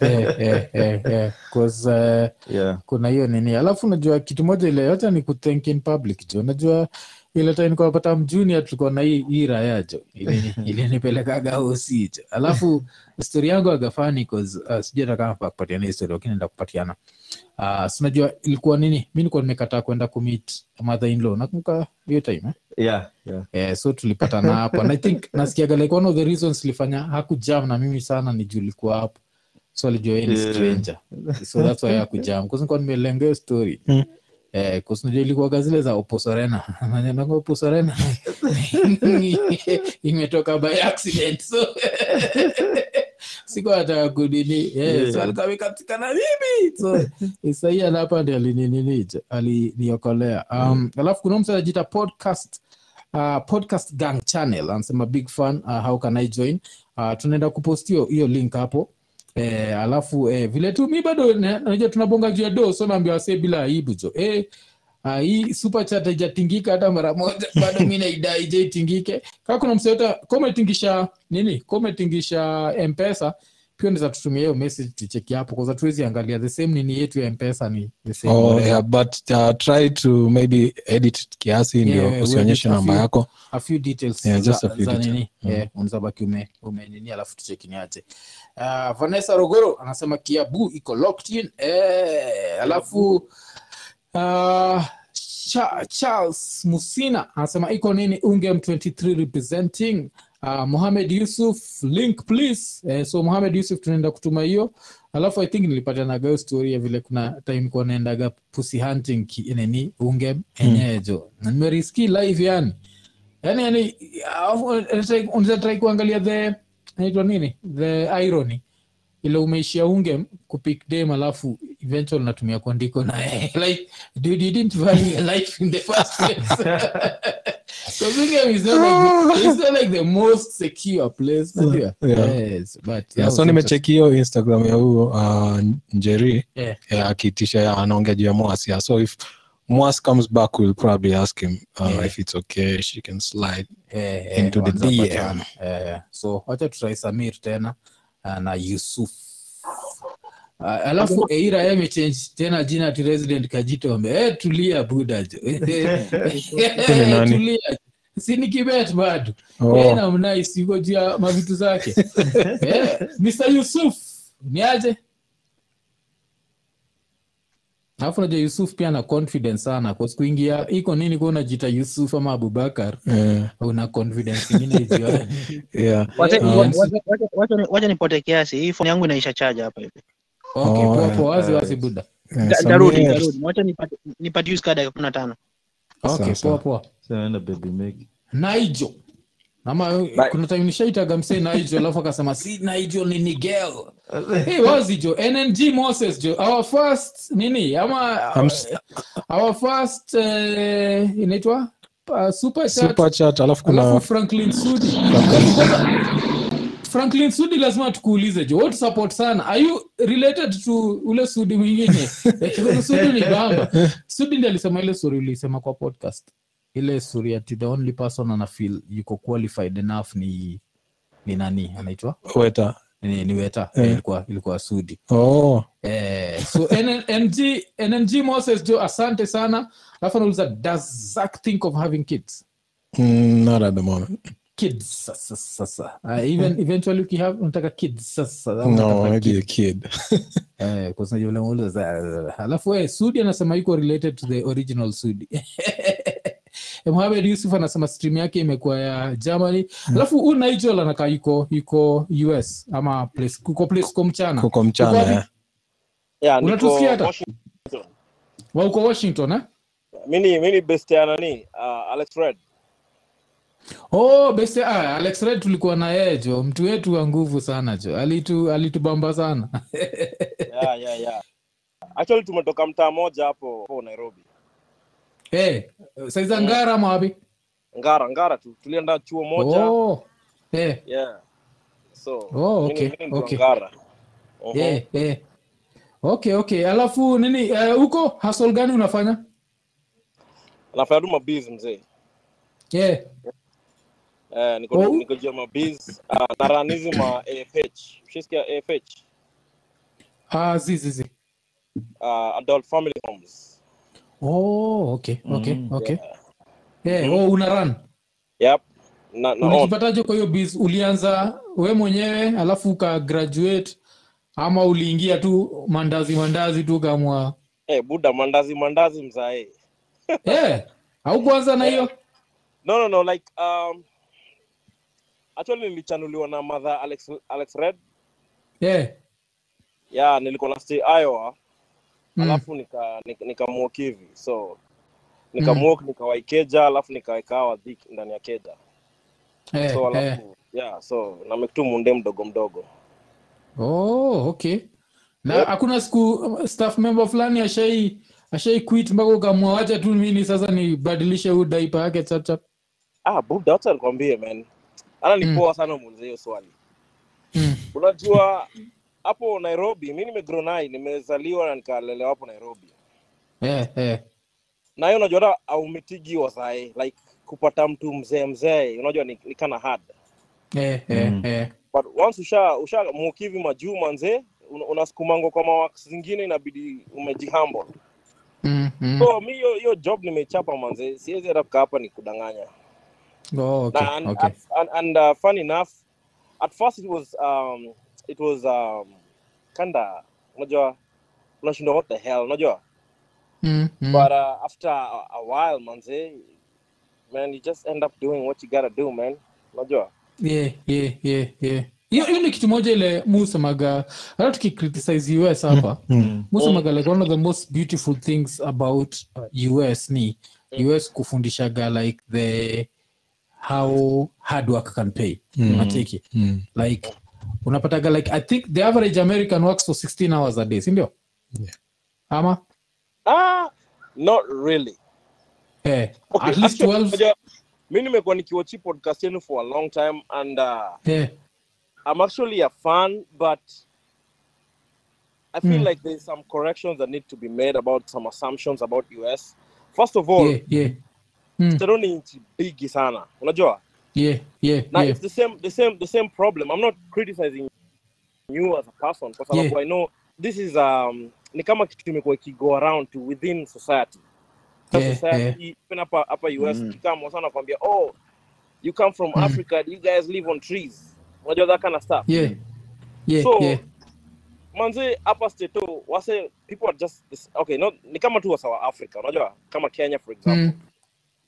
eh, eh, eh, eh. 'Cause, eh, yeah kuna hiyo nini alafu unajua kitu moja ile hata ni kuthank in public jo unajua ile time nilikuwa napata mjuni tulikuwa na hii hii raya jo Ilini- ilinipelekaga hosi jo alafu story yangu agafani uh, sijui hata kama pakupatiana hii story lakini ndakupatiana uh, sinajua ilikuwa nini mi nilikuwa nimekataa kwenda kumit mother in law nakumbuka hiyo time eh? yeah yeah eh, so tulipatana hapo and i think nasikiaga like one of the reasons ilifanya hakujam na mimi sana ni juu ilikuwa hapo so alijua yeye ni Yeah. stranger so that's why hakujam kusinikuwa nimelenga hiyo story Eh, kusinajua ilikuwaga zile za oposorena [LAUGHS] nanyananga oposorena [LAUGHS] imetoka by accident so [LAUGHS] sikuwa nataka kudini yeah, so Yeah. alikawikatikana mimi so [LAUGHS] eh, isaia napa ndi alininini aliniokolea um, alafu kuna mtu anajita podcast uh, podcast gang channel anasema big fan uh, how can i join uh, tunaenda kupostio hiyo link hapo eh, alafu eh, vile tu mi bado na- najua tunabonga juu ya do so naambia wasee bila aibu jo eh, Uh, hii super chat haijatingika hata mara moja bado mi naidai je itingike kaa kuna mseota kometingisha nini kometingisha mpesa pia unaweza tutumia hiyo message tucheki hapo kwaza tuwezi angalia the same nini yetu ya mpesa ni the same Oh, whatever. yeah, but uh, try to maybe edit kiasi yeah, ndio usionyeshe we'll edit a namba few. yako a few details Yeah, just za, a few za details. nini Mm. yeah, unaweza baki ume, ume nini alafu tucheki ni aje uh, Vanessa Rogoro anasema Kiabu iko locked in eh, alafu uh, Cha- Charles Musina anasema iko nini Ungem 23 representing uh, Mohamed Yusuf link please eh, so Mohamed Yusuf tunaenda kutuma hiyo alafu i think nilipatanaga hiyo story ya vile kuna time kuwa naendaga pussy hunting ki- nini Ungem enyewe jo na nimeriski live yani yani yani alafu unaweza try- unaweza try kuangalia the naitwa nini the irony ile umeishia unge kupick dem alafu eventual natumia kuandiko na [LAUGHS] like dude you didn't value your life in the first place [LAUGHS] so unge is not like the, it's not like the most secure place unajua? Yeah. yes but Yeah, so nimecheki hiyo instagram ya huyo uh, njeri Yeah. yeah, akiitisha ya anaongea juu ya mwas yeah. so if mwas comes back we'll probably ask him uh, Yeah. if it's okay she can slide eh, eh, into the wanzapatana. DM. Eh, so wacha tutrai samir tena ah, na yusuf Ah, alafu eira yeye amechange tena jina to resident kajitombe [LAUGHS] eh, tulia buda jo Eh, Ni nani? tulia sini kibet bado oh. oh, namnais yuko juu ya mavitu [LAUGHS] zake eh, mr yusuf ni aje alafu najua yusuf pia ana confidence sana kwa sikuingia iko nini kuwa unajita yusuf ama abubakar yeah, una confidence ingine ijione. [LAUGHS] yeah. Wacha- Yeah. wacha- wacha- wacha- wacha ni- wacha nipote kiasi hii phone yangu inaisha chaja hapa hivi okay, Oh, poa, yeah. poa, wazi wazi buda Yeah, Da- Samir. ndarudi ndarudi wacha nipate nipate use card ya 15 okay, Sawa, sawa. poa poa so enda baby make naijo ama eh, kuna time nishaitaga msee naijo alafu akasema si naijo ni nigel hey, wazi jo nng moses jo our first nini ama I'm s- our first uh, inaitwa uh, super chat super chat alafu alafu kuna franklin sudi [LAUGHS] franklin sudi lazima tukuulize jo what support sana are you related to ule sudi [LAUGHS] mwingine sudi ni bamba sudi ndi alisema ile story ulisema kwa podcast ile story ati the only person ana feel yuko qualified enough ni ni nani anaitwa weta ni, ni weta Eh. ilikuwa ilikuwa sudi oh. Eh, so NNG, NNG Moses jo asante sana alafu anauliza does Zach think of having kids mm, not at the moment kids sasa sasa uh, even eventually ukihave unataka kids sasa no Unataka maybe a kid Eh, kwa sababu yule muuliza za- za- alafu eh, Sudi anasema yuko related to the original Sudi. [LAUGHS] Eh, Mohamed Yusuf anasema stream yake imekuwa ya Germany. Alafu huyu Nigel anakaa yuko yuko US ama place kuko place kwa mchana. kuko mchana Uko wapi? eh. Yeah, niko Unatusikia hata? Washington. Wa uko Washington eh? Mimi mimi best ya nani? Uh, Alex Red. Oh, best ah, Alex Red tulikuwa na yeye jo, mtu wetu wa nguvu sana jo. Alitu alitubamba sana. [LAUGHS] Yeah, yeah, yeah. Actually tumetoka mtaa moja hapo hapo Nairobi. Eh, saiza ngara ama wapi? Ngara, Ngara tu. Tulienda chuo moja. Oh. Eh. Yeah. So, Oh, mimi- okay, mimi ndio okay. Ngara. Mhm. yeah, yeah. okay okay alafu nini eh, huko hasol gani unafanya Nafanya tu mabiz mzee. yeah. Eh, niko Oh. niko jua mabiz. Uh, na run hizi ma AFH. Ushisikia AFH? ah, zi, zi, zi. Uh, adult family homes. Oh, okay okay Mm, okay yeah. oh, una run Yep. Na na own. ulijipataje kwa hiyo biz ulianza we mwenyewe alafu uka graduate ama uliingia tu mandazi mandazi tu [LAUGHS] kamwa Eh, buda mandazi mandazi mzae. yeah. au kwanza Eh, na hiyo No, no, no. Like, um, actually nilichanuliwa na mother Alex, Alex Red. Eh. yeah. Yeah, nilikuwa na stay Iowa, Mm. alafu nika nika, nikamwalk hivi. So Mm. nikamwalk nikawaikeja, alafu nikaweka hawa dhiki ndani ya keja. yeah. So yeah. alafu yeah, so namekitu munde mdogo mdogo. Oh, okay. Na hakuna siku um, staff member fulani ashai ashai quit mpaka ukamua wacha tu mimi sasa nibadilishe huu diaper yake chap chap. Ah, Bob Dawson alikwambia man. Ana ni Mm. poa sana muulize hiyo swali. Mm. Unajua hapo Nairobi, mimi nimegrow nai, nimezaliwa na nikalelewa hapo Nairobi. Eh, eh. na hiyo unajua hata aumitigi wazae like kupata mtu mzee mzee unajua ni, ni kana hard Eh, eh, Mm. eh. but once usha usha mukivi majuu manzee un, unasukumangwa kwa mawaks zingine inabidi umejihumble Mm, mm. so mi hiyo hiyo job nimechapa manzee siwezi hata kukaa hapa ni kudanganya Oh, okay. na, and, Okay. at, and, and uh, fun enough at first it was um, it was um, kanda unajua unashindwa what the hell unajua Mm, mm. But uh, after a, a while, manze, man, you just end up doing what you gotta do, man. Unajua? Yeah, yeah, yeah, yeah. Hiyo hiyo ni kitu moja ile musemaga hata tukicriticize US hapa. mm. musemaga like one of the most beautiful things about uh, us ni us kufundishaga like the how hard work can pay Mm. Unacheki? Mm. like unapataga like i think the average american works for 16 hours a day sindio Yeah. ama Ah, not really. eh, at least 12 unajua, mi nimekuwa nikiwachi podcast yenu for a long time and uh, eh, I'm actually a fan, but I feel Mm. like there's some corrections that need to be made about some assumptions about US. First of all, yeah, yeah. Mm, Msero ni nchi bigi sana. Unajua? yeah, yeah, Now yeah. it's the same, the same, the same problem. I'm not criticizing you as a person kwa sababu Yeah. I know this is um, ni kama kitu imekuwa ikigo around to within society. Sa Yeah, society even hapa hapa US Mm. kikama sana kwambia oh you come from Mm. Africa you guys live on trees. Unajua that kind of stuff. Yeah, yeah, So, yeah. Manze hapa state oh, wase people are just this, okay no ni kama tu wasa wa Africa unajua kama Kenya for example. Mm,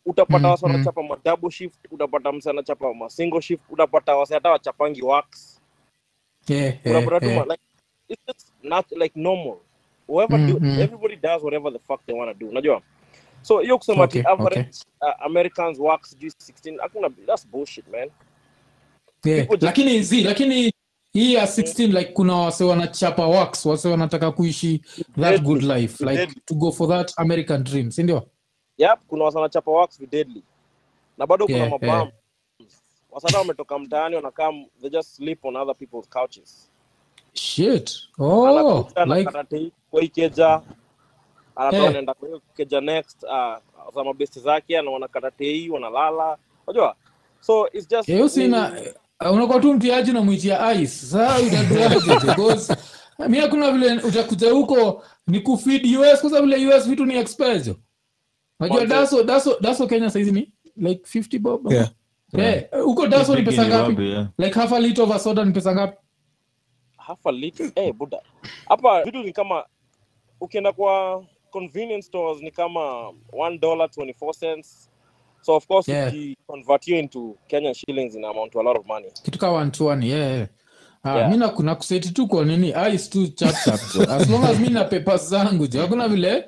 Utapata Mm, wasa mm. wanachapa ma double shift, utapata msa anachapa ma single shift, utapata wasa hata wachapangi works. yeah, yeah, unapata tu yeah. ma- like it's just not like normal whoever do, Mhm. everybody does whatever the fuck they want to do unajua so hiyo kusema ati Okay, average okay. uh, americans work sijui 16 hakuna that's bullshit man Yeah. people just- lakini zi lakini hii ya 16 like kuna wase wanachapa works wase wanataka kuishi that good life like Deadly. to go for that american dream sindio yep kuna wasanachapa works videadly na bado kuna Yeah, mabum yeah. wasada wametoka mtaani wanakaa they just sleep on other people's couches shit oh, Anakuta, like anakata tei, kwa hii keja anatoa Eh. anaenda kwa hiyo keja next uh, za mabesti zake anaona katatei wanalala unajua so it's just Eh, usina eh, unakuwa tu mtiaji namwitia ice saa utajuaje because [LAUGHS] mi hakuna vile utakuja huko ni kufeed us kwa sababu vile us vitu ni expensive najua Mwanzo. daso daso daso kenya saizi ni like 50 bob Yeah. Eh, huko daso ni pesa ngapi Nairobi, yeah. like half a liter of a soda ni pesa ngapi half a liter eh buda hapa vitu ni kama ukienda kwa convenience stores ni kama 1 dollar 24 cents so of course Yeah. yeah. ukiconvert hiyo into kenyan shillings ina amount to a lot of money kitu ka wantuani yeah. Ah, Yeah. mi na- nakuseti tu kwa nini ice tu chap chap jo as long as mi na papers zangu jo hakuna vile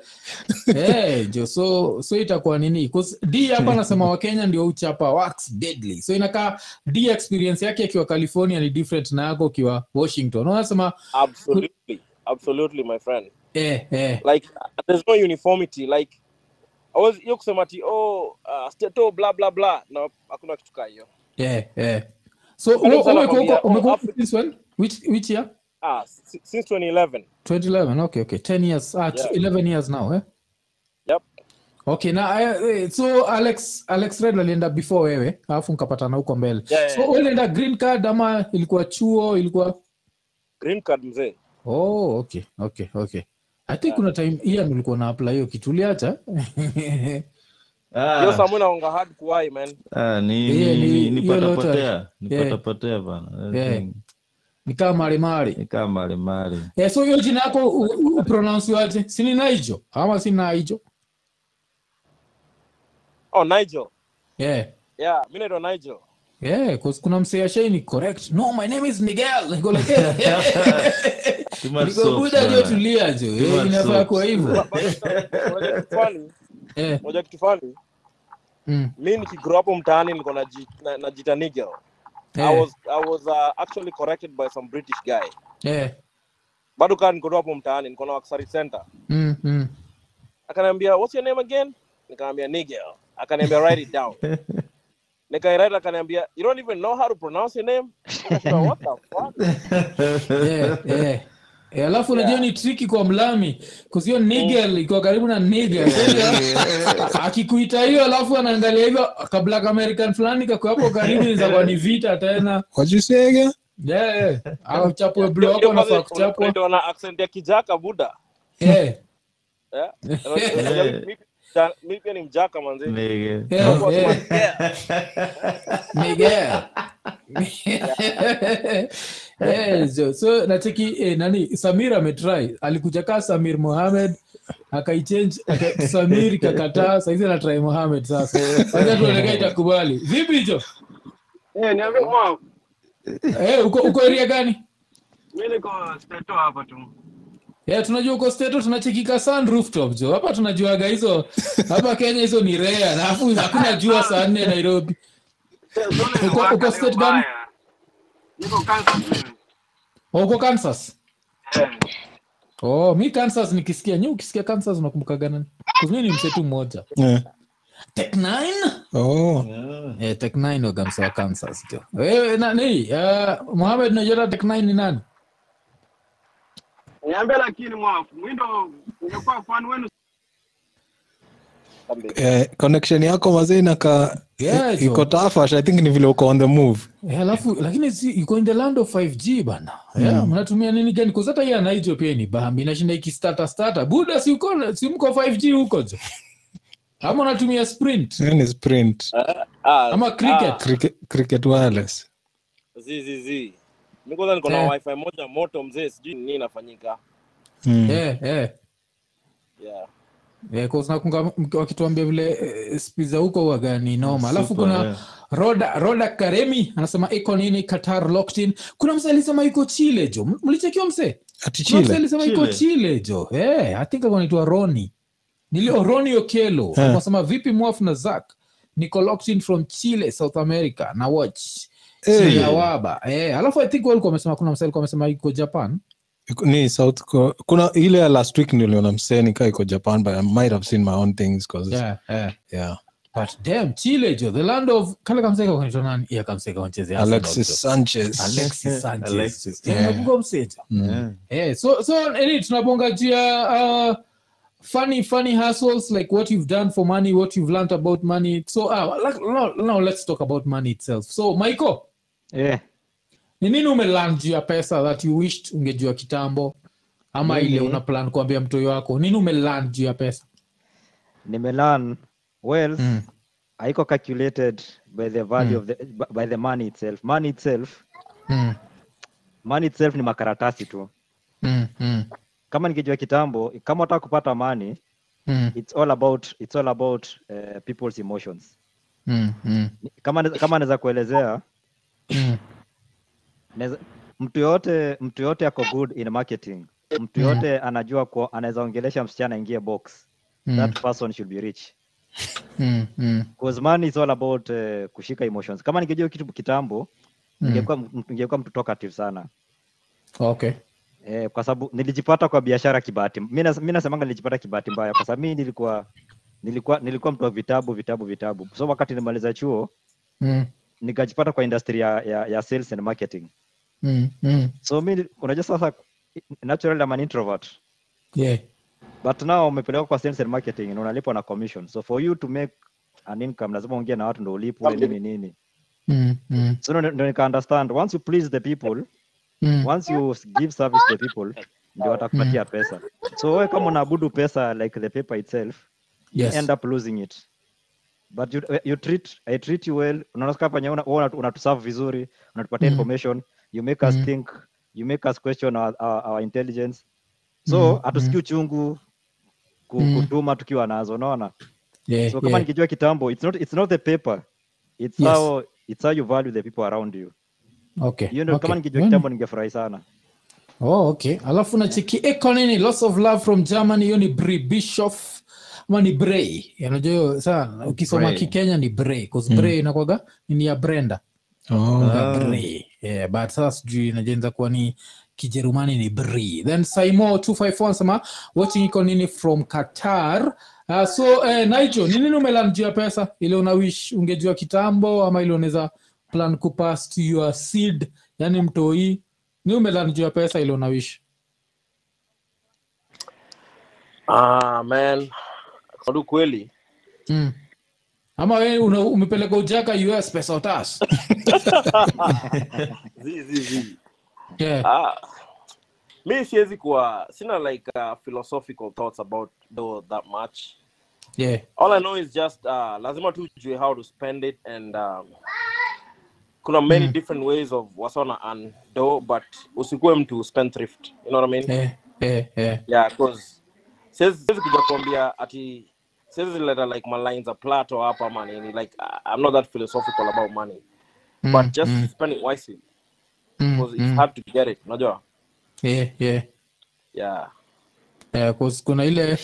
hey, jo so so itakuwa nini 'Cause d Hmm. hapa anasema wakenya ndio uchapa works deadly so inakaa d experience yake akiwa california ni different na yako ukiwa washington wanasema absolutely absolutely my friend eh, eh, like there's no uniformity like always hiyo kusema ti oh uh, stato bla bla bla na hakuna kitu kaa hiyo eh, eh. so Bado wewe- wewe anakwambia, uko- oh, umekuwa Africa- this one which which year ah si- since 2011 2011 okay okay 10 years ah, Yeah. 11 years now eh Yep. okay na eh, eh, so alex alex red alienda before wewe alafu nkapatana huko mbele Yeah, yeah, so yeah. wewe ulienda green card ama ilikuwa chuo ilikuwa green card mzee oh okay okay okay i think kuna time ian ulikuwa na apply hiyo kitu uliacha [LAUGHS] Ah, hiyo samu inaonga hard kuwai man ah, ni- Hiyo ni- ni- ni- ni hiyo pata lottery. potea. Ni Yeah. pata potea bana. Yeah. I think ni kama marimari Ni kama malimali. eh, so hiyo jina yako u- u- upronounce waje sini naijo ama si naijo oh nigel yeah yeah mi naitwa nigel yeah 'cause kuna msee ashai ni correct no my name is miguel [LAUGHS] niko [LAUGHS] like eh. Too much Niko soap buda bana. aliyotulia jo Too much inafaa soaps. kuwa hivyo Unajua kitu funny? Eh, unajua kitu funny mm, mi nikigrow up mtaani nilikuwa naji- na- najita nigel i eh, was, I was uh, actually corrected by some british guy eh, bado kaa niko tu hapo mtaani niko na wakisari center mm, mm. akaniambia what's your name again nikamwambia nigel akaniambia write it down nikairaita akaniambia you don't even know how to pronounce your name Nikasema, what the [LAUGHS] fuck Eh, eh. Eh, alafu unajua ni triki kwa mlami kuzio nigel ikiwa karibu na nigel akikuita hiyo alafu anaangalia hivyo kabla american fulani kakuwa hapo karibu nizakwa ni vita tena What you say again? Yeah, yeah. au chapwe blo Ndio- wako ndio nafaa kwanza kuchapwa unaitwa na accent ya kijaka buda Eh, Eh? Unajua mimi- mimi pia ni mjaka manzi Nigga. eh, eh. Miguel. [LAUGHS] Eh, so, so nacheki eh, nani samir ametry alikuja kaa samir mohamed akaichange aka, samir ikakataa saizi anatry mohamed sasa sasa tuoneka itakubali vipi hicho Eh, niambie mwa, eh, uko, uko eria gani mi niko stato hapa tu. Yeah, Eh, tunajua uko steto tunachekika sun rooftop jo hapa tunajuaga hizo hapa kenya hizo ni rea na afu hakuna jua saa nne nairobi Sasa Uko- waka uko ni state mbaya. gani? Niko Kansas mimi. Oh, uko kansas Eh, oh mi kansas nikisikia nyi ukisikia kansas unakumbukaga nani kuzmi ni msetu mmoja Yeah. Tech Nine? Oh. Eh, Tech Nine waga mse wa Kansas Eh, jo. Wewe nani? Uh, Mohamed unajua hata Tech Nine ni nani? Niambie lakini mwafu, mi ndo ningekuwa fan wenu Eh, connection yako mazee inaka Yeah, iko tafash i think ni vile uko on the move Eh, alafu lakini si yuko in the land of 5G bana. Yeah, mnatumia nini gani? Kwa sababu hata hiyo pia ni bambi inashinda ikistata stata. Buda si uko si mko 5G huko jo. Ama unatumia Sprint Yaani sprint Ah, ama cricket. cricket, cricket wireless zzz mi kwanza niko na Eh. wifi moja moto mzee sijui ni nini inafanyika mm. Eh, eh. yeah. Eh, kwa sababu nakumbuka wakituambia vile eh, speed za huko huwaga ni noma. Alafu Super, kuna yeah. Roda, Roda Karemi anasema iko nini Qatar locked in. Kuna mse alisema iko Chile jo. M- Mlichekiwa mse? ati Kuna mse chile alisema iko Chile. Chile jo. Eh, I think alikuwa anaitwa Roni. Nilio Roni Okelo. Eh. Anasema vipi mwafu na Zack? Niko locked in from Chile, South America na watch. Hey. hey, Ya waba. Eh, alafu I think walikuwa wamesema kuna mse alikuwa amesema iko Japan. ni south Ko- kuna ile ya last week niliona mseni kaa iko japan but i might have seen my own things 'cause- Yeah, eh. yeah. But damn Chile jo, the land of kale kamseka kanaitwa nani? Yeah, kamseka wanachezea. Arsenal, jo. alexis sanchez Alexis Sanchez. Eh, Alexis. Yeah, Yeah. nakumbuka mse jo. Mm. Yeah. Eh, so so eni tunabonga jia uh, funny funny hustles like what you've done for money what you've learned about money so uh, now, now let's talk about money itself so michael Eh, ni nini umelan juu ya pesa that you wished ungejua kitambo ama Mimi? ile una plan kuambia mtoi wako nini umelan juu ya pesa nimelearn Mm. wealth haiko calculated by the value of the, by- by the money itself money itself Mm, money itself ni makaratasi tu mm, mm, kama nikijua kitambo kama unataka kupata money mm, it's all about it's all about uh, people's emotions mm, mm, Ni- kama naeza- kama naweza kuelezea mm. naeza- mtu yote mtu yote ako good in marketing mtu Mm. yote anajua kwa anaweza ongelesha msichana ingie box Mm. that person should be rich Mm, mm, because money is all about uh, kushika emotions kama ningejua kitu kitambo ningekuwa mm. ningekuwa mtu talkative sana okay Eh, kwa sababu nilijipata kwa biashara kibahati. Mimi nas- mimi nasemanga nilijipata kibahati mbaya kwa sababu mimi nilikuwa nilikuwa nilikuwa mtu wa vitabu vitabu vitabu. So wakati nimaliza chuo mm, nikajipata kwa industry ya, ya, ya sales and marketing. mm, mm. So mimi nil- unajua sasa naturally I'm an introvert yeah but now umepelekwa kwa sales and marketing na unalipwa na commission. So for you to make an income lazima uongee na watu ndio ulipwe nini nini. mm, mm, So ndio ndio nika understand once you please the people mm. once you give service to the people ndio watakupatia pesa so wewe kama unaabudu pesa like the paper itself yes you end up losing it but you, uh, you treat i treat you well unanasika penye una- wewe unatu- unatuserve vizuri unatupatia Mhm. information you make us Mhm. think you make us question our, our, our intelligence so Mhm, hatusikii uchungu ku- Mhm. kutuma tukiwa nazo unaona yeah, so kama yeah. nikijua kitambo it's not, it's not the paper it's Yes. how it's how you value the people around you okay you know, kama okay. nikijua Yaani- kitambo ningefurahi sana oh, okay alafu nacheki econini lots of love from germany hiyo ni bri bishof ama ni brei anajua hiyo sana ukisoma Bray. kikenya ni brei bause brei inakwaga ni ya brenda Oh. Kunaga Brie. Yeah, but sasa sijui inajenza kuwa ni kijerumani ni bri then saimo 251 anasema watching iko nini from qatar uh, so eh, naijo ni nini umelan juu ya pesa ile una wish ungejua kitambo ama ile unaweza plan kupass to your seed yani mtoi ni umelan juu ya pesa ile una wish Ah, man. Kwa kweli. mm. ama we una- umepeleka ujaka us pesa [LAUGHS] utas Zi, zi, zi. yeah. Ah. Mi siwezi kuwa sina like uh, philosophical thoughts about though that much. Yeah. all I know is just uh, lazima tu ujue how to spend it and um, kuna many Mm. different ways of wasona and do but usikuwe mtu spend thrift you know what I mean Yeah. Yeah. Yeah. yeah cause siwezi siwezi kuja kuambia ati siwezi leta like malines za plato hapa ama nini like I- I'm not that philosophical about money Mm, but just mm, spend it wisely mm, because it's mm. hard to get it unajua Yeah. Yeah. yeah Yeah, 'cause kuna ile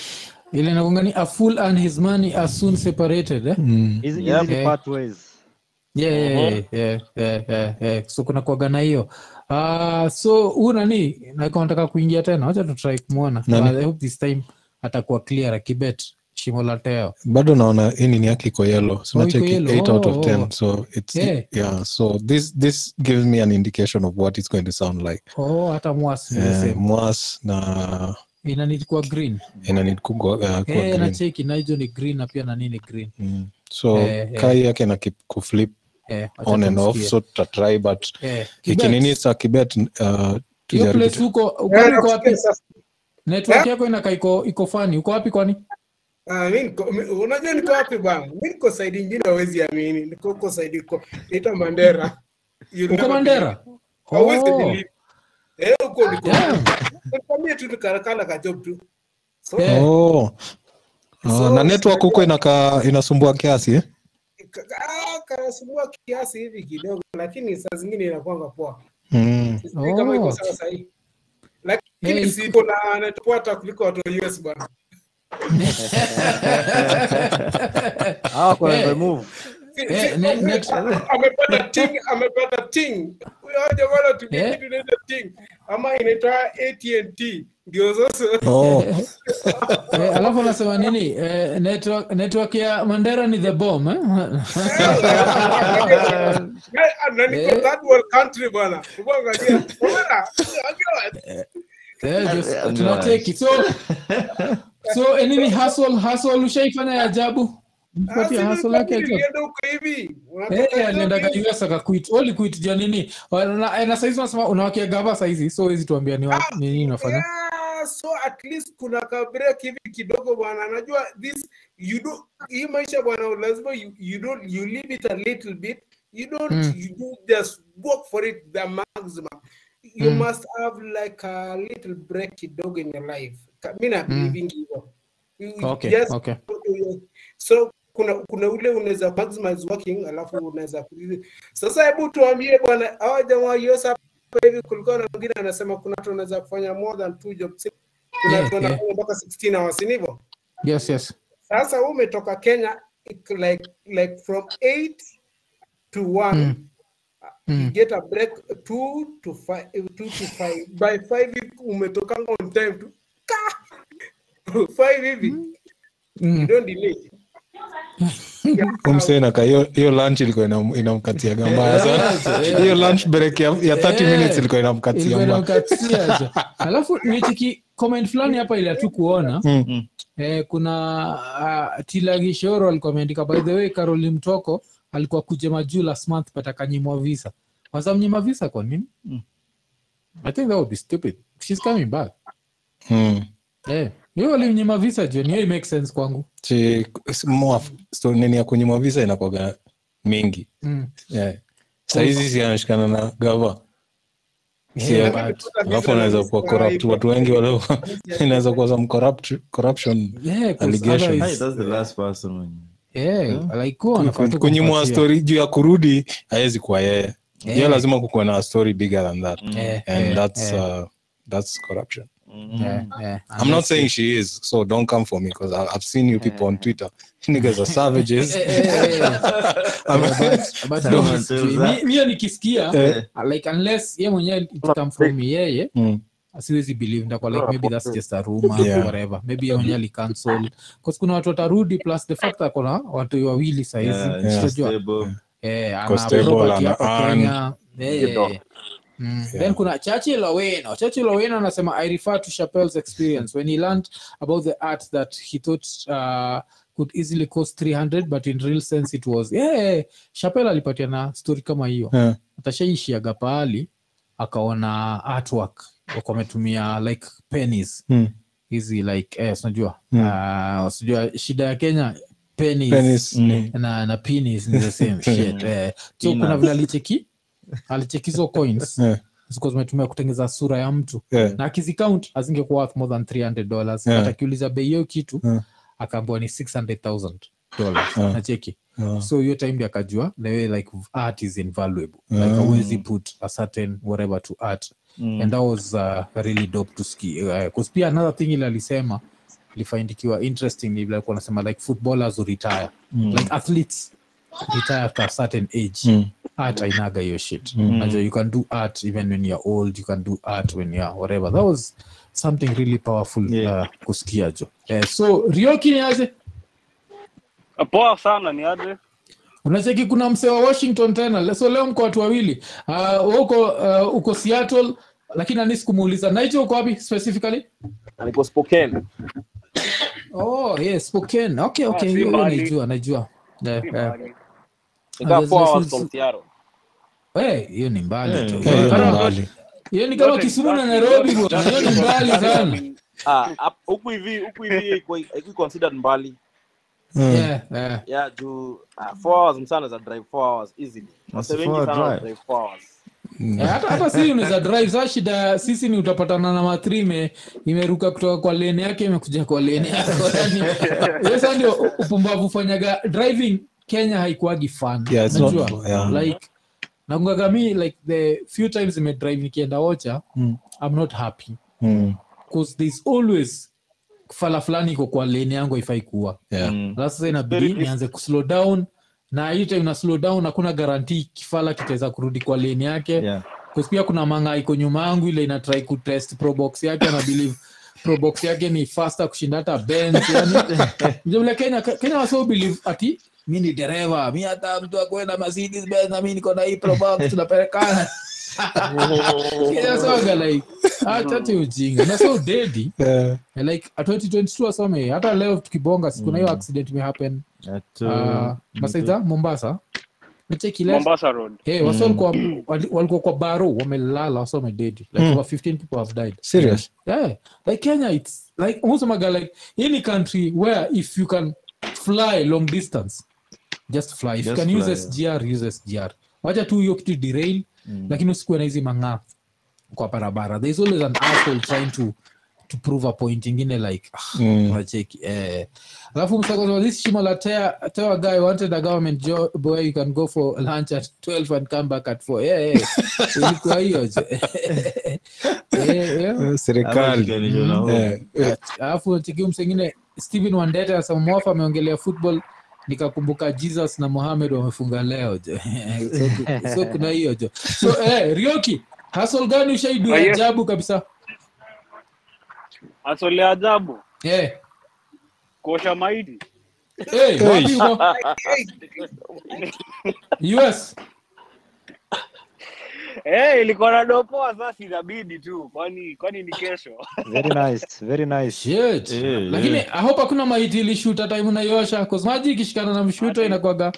ile inakuanga ni a fool and his money are soon separated eh? mm. Easy- Yeah. easily Okay. part ways yeah, Mhm. yeah, yeah, yeah, yeah, yeah. so kuna kuaga na hiyo Ah, so huu nani nakonataka kuingia tena wacha tutrai kumwona Nani? But I hope this time atakuwa clear akibet shimo la teo bado naona hii nini yake iko yellow so Oh, nacheki iko yellow. 8 out of Oh, 10 oh. so it's Yeah. yeah so this this gives me an indication of what it's going to sound like oh, hata mwasi Eh, yeah. mwas na inanikuwa green inanid kuwa uh, Eh, kuwa green nacheki na hizo ni green na pia na nini green mm. so Eh, eh. kai yake na kip- kuflip eh, wacha on and off tumsikie. so tutatry but eh, Kibet, ikinini sa kibet uh, hiyo tujaribu place tu- uko kwani uko wapi sasa. network Eh? yako inakaa iko iko fani uko wapi kwani Ah, mi niko- mi- unajua niko wapi bwana? Mi niko side ingine hawezi amini, niko huko side iko naitwa Mandera. You'll uko never mandera believe. Hauwezi Oh, believe. Eh, huko [LAUGHS] niko. damn. Nikwambie tu nikakana ka job tu. So, Eh. oh. Ah, So, na network huko unajua- inaka inasumbua kiasi eh? ka- ah, kanasumbua kiasi hivi kidogo, lakini saa zingine inakuanga poa. mm. Sijui kama iko Oh. sawa sahii, Eh, lakini siko na natuata kuliko watu wa US bwana. hawa kuna Eh. remove Si- Eh, si- ne- ne- amepata ting amepata ting huyo haja bwana tumia Eh. kitu inaitwa ting ama inaitwa AT&T ndio sasa [LAUGHS] [LAUGHS] oh. [LAUGHS] Eh, alafu anasema nini eh, network, network ya mandera ni the bomb eh? [LAUGHS] Na- na niko Eh. third world country bwana Hebu angalia bwana [LAUGHS] Eh, just tunateki so so eh, nini hustle hustle ushaifanya ya ajabu Ah, Mpatia hustle yake ajabu Nilienda huko hivi. Eh, Unatoka aliendaga hivi. US akaquit. Wali quit juu ya nini? Wana- Na eh, na saizi unasema unawakia gava saizi, so huwezi tuambia ni wa- ni nini unafanya. Yeah, so at least kuna kabreak hivi kidogo bwana najua this you do hii maisha bwana lazima you, you don't you live it a little bit you don't Mm. you don't just work for it the maximum you Mm. must have like a little break kidogo in your life Ka- mi na believing hivyo You Hmm. Okay, just- okay. so kuna kuna ule unaweza maximize working alafu unaweza sasa hebu tuambie bwana hawa jamaa yos kwa hivi kulikuwa na mwingine anasema kuna watu wanaweza kufanya more than two jobs kuna Yeah, watu wanafanya yeah. mpaka 16 hours ni hivyo Yes, yes. sasa wewe umetoka Kenya ik- like like from 8 to 1 you Mm. get a break 2 to 5 2 to 5 by 5 hivi umetoka on time tu Ka! 5 hivi Hmm. you Mm. don't [LAUGHS] delay umsee naka hiyo hiyo lunch ilikuwa inam- inamkatiaga mbaya sana hiyo lunch break ya, ya 30 Eh, minutes ilikuwa inamkatia Ilikuwa mbaya inamkatia aje. Alafu nichiki comment fulani hapa ile tu kuona Mm. eh, kuna uh, Tilagishoro alikuwa ameandika by the way Caroli Mtoko alikuwa kuje majuu last month but akanyimwa visa. Wasamnyima visa kwa nini? I think that would be stupid. She's coming back. Mm. Eh, hiyo walimnyima visa jioni, hiyo make sense kwangu. Chi- s- more of- sto- nini ya kunyimwa visa inakwaga mingi Mm. yeah. sahizi si anashikana na gava Si Yeah, ya- but- alafu anaweza kuwa corrupt watu wengi walio [LAUGHS] inaweza kuwa some corrupt- corruption Yeah, 'cause Allegations. otherwise- Hey, that's the last person man. Yeah, like huwa wanafaa tu kunyimwa kumpatia. story juu ya kurudi hawezi kuwa yeye Eh. yeah. lazima kukuwa na story bigger than that Mm, Eh, and eh, that's eh, uh, that's corruption mm. eh, eh. Hmm. i'm not saying she is so don't come for me because i've seen you people on twitter [LAUGHS] niggas are [LAUGHS] savages Eh, eh, eh, eh. [LAUGHS] I'm- But- but No, honest, until mi- that- mi- hiyo nikisikia Eh. like unless ye mwenyewe it come from yeye Mm. siwezi believe ndakwa like maybe that's just a rumor Yeah. whatever maybe ye mwenyewe alicancel cause kuna watu watarudi plus the fact akona watu wawili saizi Yeah. Yeah, she's utajua stable. Eh, ana Constable, property ana hapa earn. Kenya. Eh, You know. mm. Yeah. Then kuna Churchill Oweno. Churchill Oweno anasema I refer to Chappelle's experience when he learned about the art that he thought uh, could easily cost 300 but in real sense it was. Yeah, Chappelle alipatia na story kama hiyo. Yeah. Atashaishiaga pahali akaona artwork walikuwa wametumia like pennies Mm. hizi like eh, unajua Mm. uh, unajua shida ya Kenya pennies Penis ni- na na penis ni the [LAUGHS] same shit eh, so Peanuts. kuna vile alicheki alichekizwa coins [LAUGHS] Yeah. zilikuwa zimetumia kutengeza sura ya mtu Yeah. na akizikaunt azingekuwa worth more than 300 dollars Yeah. yeah. akiuliza bei hiyo kitu Yeah. akaambiwa ni 600000 dollars Yeah. nacheki Yeah. so hiyo time ndio akajua the way like art is invaluable Mm. like awezi put a certain whatever to art Mm. and that was uh, really dope to ski uh, 'cause pia another thing ile alisema ilifaindikiwa interesting ni vile alikuwa anasema like footballers who retire Mm. like athletes retire after a certain age Mm. art ainaga hiyo shit Mm. Najua you can do art even when you're old you can do art when you're whatever that was something really powerful Yeah. uh, kusikia jo Eh, so rioki ni aje Ah, Poa sana ni aje? unacheki kuna msee wa washington tena Le- so leo mko watu wawili uh, wewe uko uh, uko seattle lakini ani sikumuuliza naicho uko wapi specifically alikuwa Spokane. oh yes spokane okay okay Ah, si hiyo hiyo mbali. najua najua Eh, eh. Nika There's four no hours food- from Seattle. Eh, hiyo ni mbali Eh, tu. eh, Yeah, Hiyo ni hiyo ni kama- mbali. hiyo ni kama kisumu na nairobi bwana hiyo ni mbali sana Ah, hap- huku hivi huku hivi iko- iko considered mbali Yeah. Yeah, yeah. yeah juu ah, four hours mchana za drive four hours easily Wase a wengi four sana wana drive. drive four hours Mm. Eh, hata hata si unaweza drive saa shida sisi ni utapatana na matri ime, imeruka kutoka kwa lane yake [LAUGHS] imekuja kwa lane yako yani hiyo sasa ndio upumbavu fanyaga driving kenya haikuagi fun Yeah, it's not- Unajua? yeah. like nakungaga mi like the few times ime drive nikienda ocha Mm. i'm not happy Mm. because there's always fala fulani iko kwa lane yangu haifai kuwa Yeah. Mm. alafu sasa inabidi nianze kuslow down na hiyo time na slow down hakuna garantii kifala kitaweza kurudi kwa lane yake Yeah. Cause pia kuna manga iko nyuma yangu ile ina try kutest probox yake na believe probox yake ni faster kushinda hata bench yani Ndio vile Kenya Kenya waso believe ati mi ni dereva mi hata mtu akwenda Mercedes Benz na mi niko na hii probox tunapelekana Kenya wasoga like acha tu ujinga na so dedi Eh, like a 2022 asome hata leo tukibonga siku na hiyo accident imehappen Ato- uh, masaiza mombasa mechekile Mombasa Road. Hey, wasi walikuwa wali- walikuwa kwa baro wamelala wasi wamededi like Mm. over 15 people have died serious yeah like kenya it's like umusemaga like any country where if you can fly long distance just fly if you Just can use fly, sgr use sgr wacha tu hiyo kitu derail lakini usikuwe na hizi mang'aa kwa barabara there is always an asshole trying to to prove a point ingine like ah, Mm. unacheki eh alafu msako this shimo la tear tear guy wanted a government job where you can go for lunch at 12 and come back at 4 eh eh ilikuwa hiyo je. [LAUGHS] eh eh Eh, Ama serikali shikanishwa na home. Eh, eh, alafu chikiu msengine stephen wandeta samwafa ameongelea football nikakumbuka jesus na mohamed wamefunga leo jo [LAUGHS] so, so kuna hiyo jo so eh, rioki hasol gani ushaidua Aye. ajabu kabisa Asole ajabu eh, kuosha maiti. eh, wapi uko? US Eh, ilikuwa na dopoa sasa inabidi tu. Kwani kwani ni kesho. very nice very nice shit Eh, lakini eh. I hope hakuna maiti ilishuta time unaiosha cause maji ikishikana na mshuto Ati. inakwaga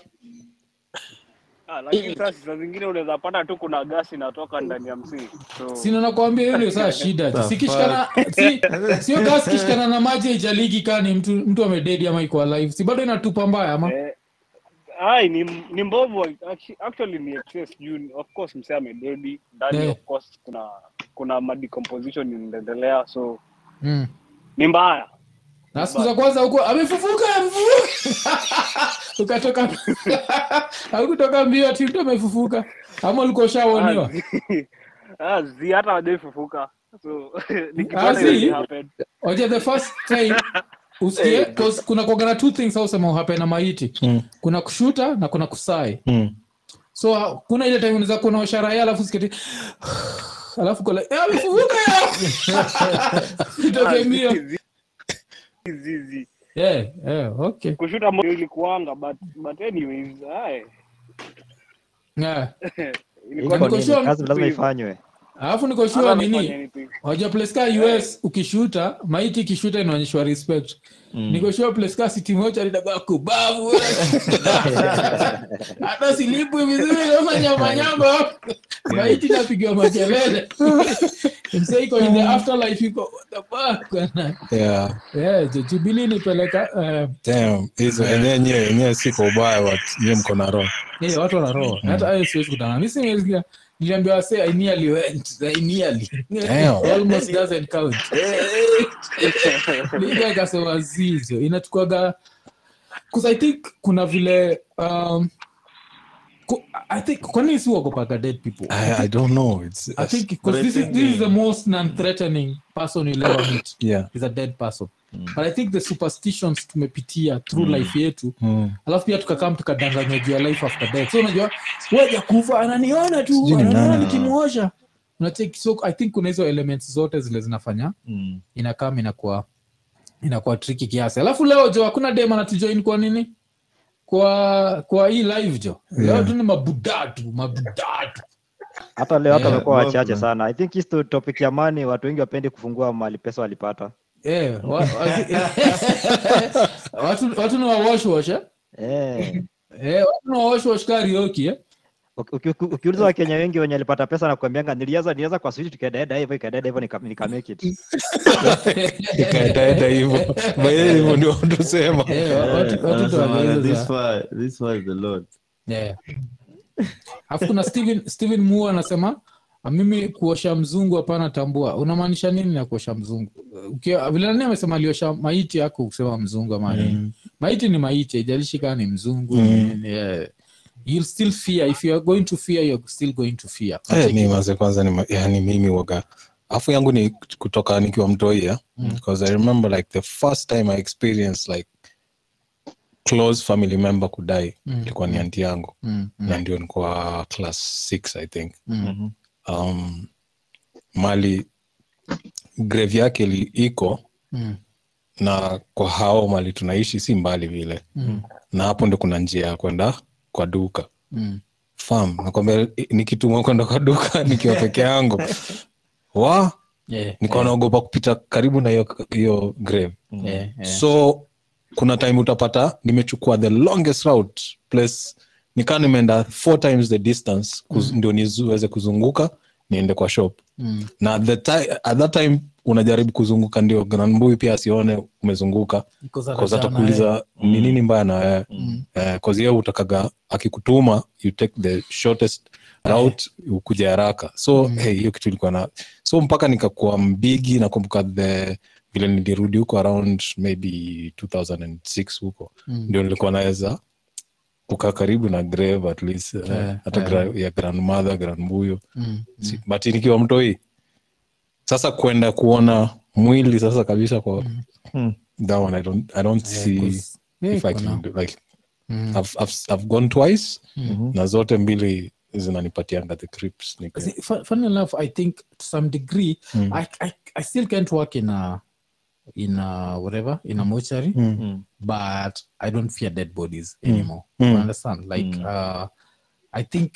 Ah, [LAUGHS] lakini sasa saa zingine unaweza pata tu kuna gasi inatoka ndani ya msingi. So sino nakwambia hiyo ndio saa shida jo. The Si kishikana- si- sio gasi kishikana na maji haijaliki kani mtu, mtu amededi ama iko alive si bado inatupa mbaya ama eh, ai ni ni mbovu actu- actually ni excess juu of course msee amededi ndani Eh. of course kuna kuna ma decomposition inaendelea so mm. ni mbaya. na siku za kwanza huko amefufuka amefufuka [LAUGHS] ukatoka [LAUGHS] akutoka mbio ati mtu amefufuka ama ulikuwa ushaoniwa [LAUGHS] Ah, zi hata hajaifufuka. So [LAUGHS] Ah, nikipata zi? hiyo happen. oja the first [LAUGHS] time usikie cause kuna kuaga na two things au sema uhape na maiti Mm. kuna kushuta na kuna kusai mm. so uh, kuna ile time unaweza kuona washara ya alafu siketi [SIGHS] alafu kola eh, amefufuka Ah, [LAUGHS] itoke mbio zi- zi- zi. yeah, yeah, okay kushuta moyo ilikuanga but but anyways aye yeah. ilikuwa Niko sure- kazi lazima ifanywe alafu niko sure Hata nini nafanya anything. wajua pleska us ukishuta maiti ikishuta inaonyeshwa respect mm. nikoshua pleska siti moja litakuwa kubavu we. hata silipwi vizuri naona nyamanyama maiti inapigiwa makelele msee iko in the afterlife iko what the fuck [LAUGHS] bwana. yeah Eh, jo- Jubilee nipeleka eh, damn hizo enyewe nyewe yenyewe siko ubaya watu nyewe mko na roho eh, watu wanaroa hata hayo siwezi kutana mi siwezi niliambia wase i nearly went i nearly Damn. [LAUGHS] almost doesn't count [LAUGHS] liga ikasema zivyo inatukwaga bcause i think kuna vile um, ku- i think kwani si uogopaga dead people I, I don't know it's i think because this is, this is the most non-threatening person you'll ever meet yeah is a dead person but i think the superstitions tumepitia through life yetu mm. alafu pia tukakam tukadanganya juu ya life after death so unajua weja kufa ananiona tu Sijui ni ananiona nani. nikimwosha unacheki so i think kuna hizo elements zote zile zinafanya Mm. inakam inakuwa inakuwa triki kiasi alafu leo jo hakuna dem anatujoin kwa nini kwa kwa hii live jo leo Yeah. tu ni mabudatu mabudatu hata leo watu Eh, wamekuwa love, wachache man. sana i think hii sto- topic ya mani watu wengi wapendi kufungua mali pesa walipata Eh, wa- [LAUGHS] wa- watu watu ni wawoshwosh eh? Eh, Eh, watu ni wawoshwosh karioki eh? uki- uki- uki- ukiuliza wakenya wengi wenye walipata pesa na kuambianga nilianza nilianza kwa switch tukaendaenda hivyo ikaendaenda hivyo nika- nika make it ikaendaenda hivyo baye hivyo ndio tusema Eh, wa- watu- watu ndo Anasema, wanaanza "This za- far- this far is the Lord." Yeah. alafu kuna steven, steven mu anasema "Ah, mimi kuosha mzungu hapana tambua unamaanisha nini na kuosha mzungu Ukiwa- vile nani amesema aliosha maiti yako kusema mzungu ama nini maiti ni maiti haijalishi kama ni mzungu Mm. yeah. you'll still fear if you are going to fear you're still going to fear Eh, mi maze kwanza ni, ma- yani mimi waga afu yangu ni kutoka nikiwa mtoia Mm. because i remember like the first time i experienced like close family member kudai Mm. ilikuwa ni anti yangu Mm, mm, na ndio nikuwa class 6 i think mm, um, mali grave yake li, iko mm, na kwa hao mali tunaishi si mbali vile mm, na hapo ndio kuna njia ya kwenda kwa duka mm. [LAUGHS] fam nakwambia nikitumwa kwenda kwa duka nikiwa peke yangu wa yeah, nikawa naogopa kupita karibu na hiyo hiyo grave yeah, yeah. so kuna time utapata nimechukua the longest route place nikaa nimeenda four times the distance kuz, ndio niweze kuzunguka niende kwa shop Mm. na the ti- at that time unajaribu kuzunguka ndio granbui pia asione umezunguka Iko za kozi rachana, eh. atakuuliza Mm. ni nini mbaya na wewe Mm. Eh, kozi hiyo utakaga akikutuma you take the shortest route ukuja haraka so Mm. hey, hiyo kitu ilikuwa na so mpaka nikakuwa mbigi nakumbuka the vile nilirudi huko around maybe 2006 huko Mm. ndio nilikuwa naweza kukaa karibu na grave at least eh, Yeah, hata yeah. gra- ya grandmother grandbuyo Mm. Si- but nikiwa mtoi sasa kwenda kuona mwili sasa kabisa kwa Hmm. Mm. that one i don't, I don't Yeah, see 'cause- yeah, if I iko can na- do, like Mm. I've, I've, I've gone twice Mhm. na zote mbili zinanipatianga the creeps nika- See, fu- funny enough i think to some degree Mm. I, I, i still can't work in a in a whatever in a mortuary Mm. Mm. but i don't fear dead bodies Mm. anymore Mm. You understand like Mm. uh, i think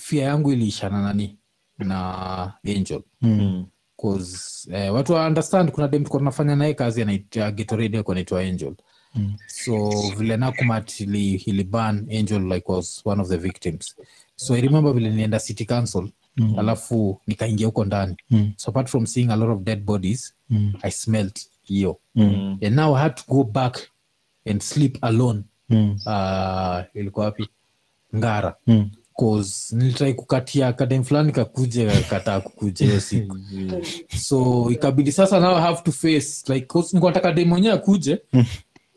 fear yangu iliishana nani na angel Mm. cause eh, watu wa understand kuna dem tulikuwa tunafanya naye kazi anaitwa Ghetto Radio alikuwa anaitwa Angel Mm. so vile Nakumatt ili ili ban Angel like was one of the victims so I remember vile nienda city council Mm. alafu nikaingia huko ndani Mm. so apart from seeing a lot of dead bodies Mm. I smelled hiyo Mm. and now I had to go back and sleep alone Mm. uh, ilikuwa wapi Ngara Mm. cause nilitrai kukatia kadem fulani kakuja kataa kukuja hiyo siku so ikabidi sasa now I have to face like 'cause nilikuwa nataka dem mwenyewe akuje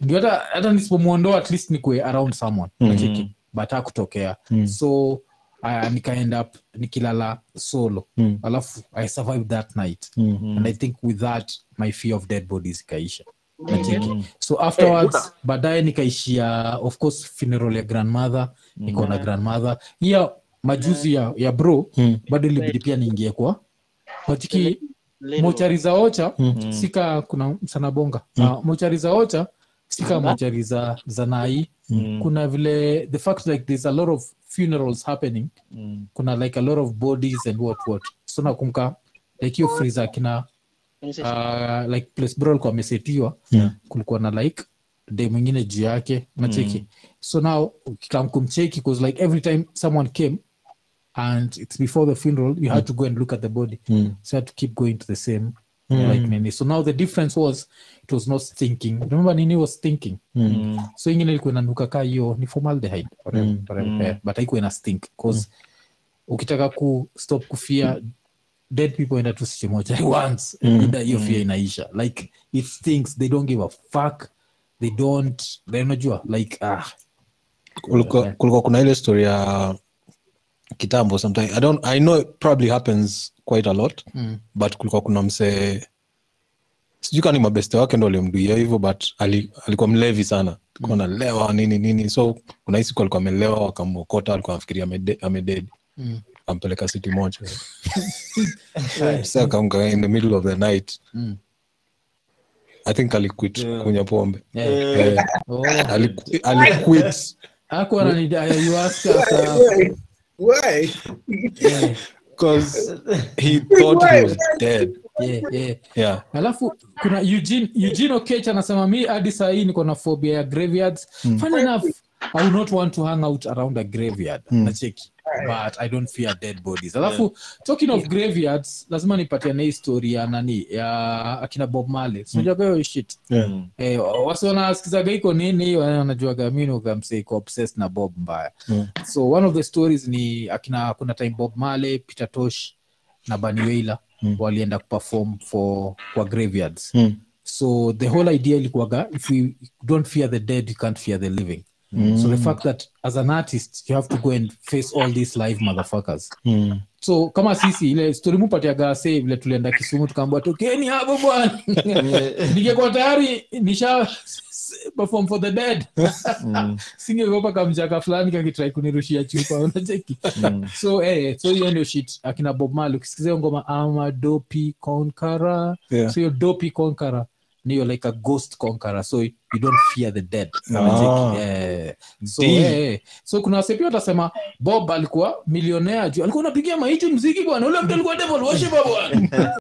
ndio hata hata nisipomwondoa at least nikue around someone nacheki but hakutokea Mm. so uh, nika end up nikilala solo Mm. alafu i survived that night Mm. and i think with that my fear of dead bodies ikaisha nacheki so afterwards baadaye nikaishia of course funeral ya grandmother nikaona grandmother hiya majuzi ya, ya bro Mm. bado ilibidi pia niingie kwa kwatiki Leno. mochari za ocha Mm. sika kuna sanabonga Mm-hmm. uh, mochari za ocha sika mochari za, za nai Mm-hmm. kuna vile the fact like there's a lot of funerals happening Mm-hmm. kuna like a lot of bodies and what what so nakumka like hiyo friza akina uh, like place bro alikuwa amesetiwa Yeah. kulikuwa na like de mwingine juu yake nacheki Mm-hmm. so now ukikam kumcheki bcause like every time someone came and it's before the funeral you had to go and look at the body Mm. so I had to keep going to the same Mm. like nini so now the difference was it was not thinking remember nini was thinking Mm. Hmm. so ingine ilikuwa inanuka ka hiyo ni formaldehyde whatever, Mm. whatever, eh, but haikuwa ina stink cause ukitaka ku stop kufia dead people enda tu sichi moja [LAUGHS] once Mm. ida hiyo fear inaisha like it stinks they don't give a fuck they don't they unajua like ah [LAUGHS] kulikuwa kulikuwa kuna ile story ya kitambo sometime i don't i know it probably happens quite a lot mm. but kulikuwa kuna msee sijui kani mabeste wake ndo alimduia hivyo but ali, alikuwa mlevi sana alikuwa Mm. analewa nini nini so kuna hii siku alikuwa amelewa wakamwokota alikuwa anafikiria amede- amededi Mm. ampeleka city [LAUGHS] moja [LAUGHS] Msee akaamka in the middle of the night Mm. i think aliquit Yeah. kunywa pombe Yeah. Eh, Oh. aliqu- aliquit Hakuwa anani- I- you ask after- Why? Why? yeah, 'cause he thought he was dead yeah, yeah. yeah alafu kuna eugene, eugene okech anasema mi hadi saa hii niko na phobia ya graveyards mm. fun enough i will not want to hang out around a graveyard mm. nacheki but i don't fear dead bodies alafu talking of graveyards lazima nipatiane hii story ya nani ya akina bob male sinajaga hiyo shit Mm. Eh, wasi wanasikizaga iko nini wana- wanajuaga mingamsiko obsessed na bob mbaya Mm. so one of the stories ni akina kuna time bob male peter tosh na bani weila mm. walienda kuperform for kwa graveyards Mm. so the whole idea ilikuwaga if we don't fear the dead you can't fear the living mm. so the fact that as an artist you have to go and face all these live motherfuckers Mm. so kama sisi ile stori mupatiaga se vile tulienda kisumu tukaambwa tokeni hapo bwana ningekuwa tayari nisha perform for the dead mm, singegopa kamjaka fulani kakitrai kunirushia chupa unacheki mm. [LAUGHS] so eh, so hiyo ndio shit akina bob mal ukisikiza hiyo ngoma ama dopi konkara Yeah. so hiyo dopi konkara niyo like a ghost conqueror so you don't fear the dead Ah. Unacheki? eh, so, Deal. eh, so kuna wasepia watasema bob alikuwa milionea juu alikuwa unapigia maiju mziki bwana ule mtu alikuwa devil worshiper bwana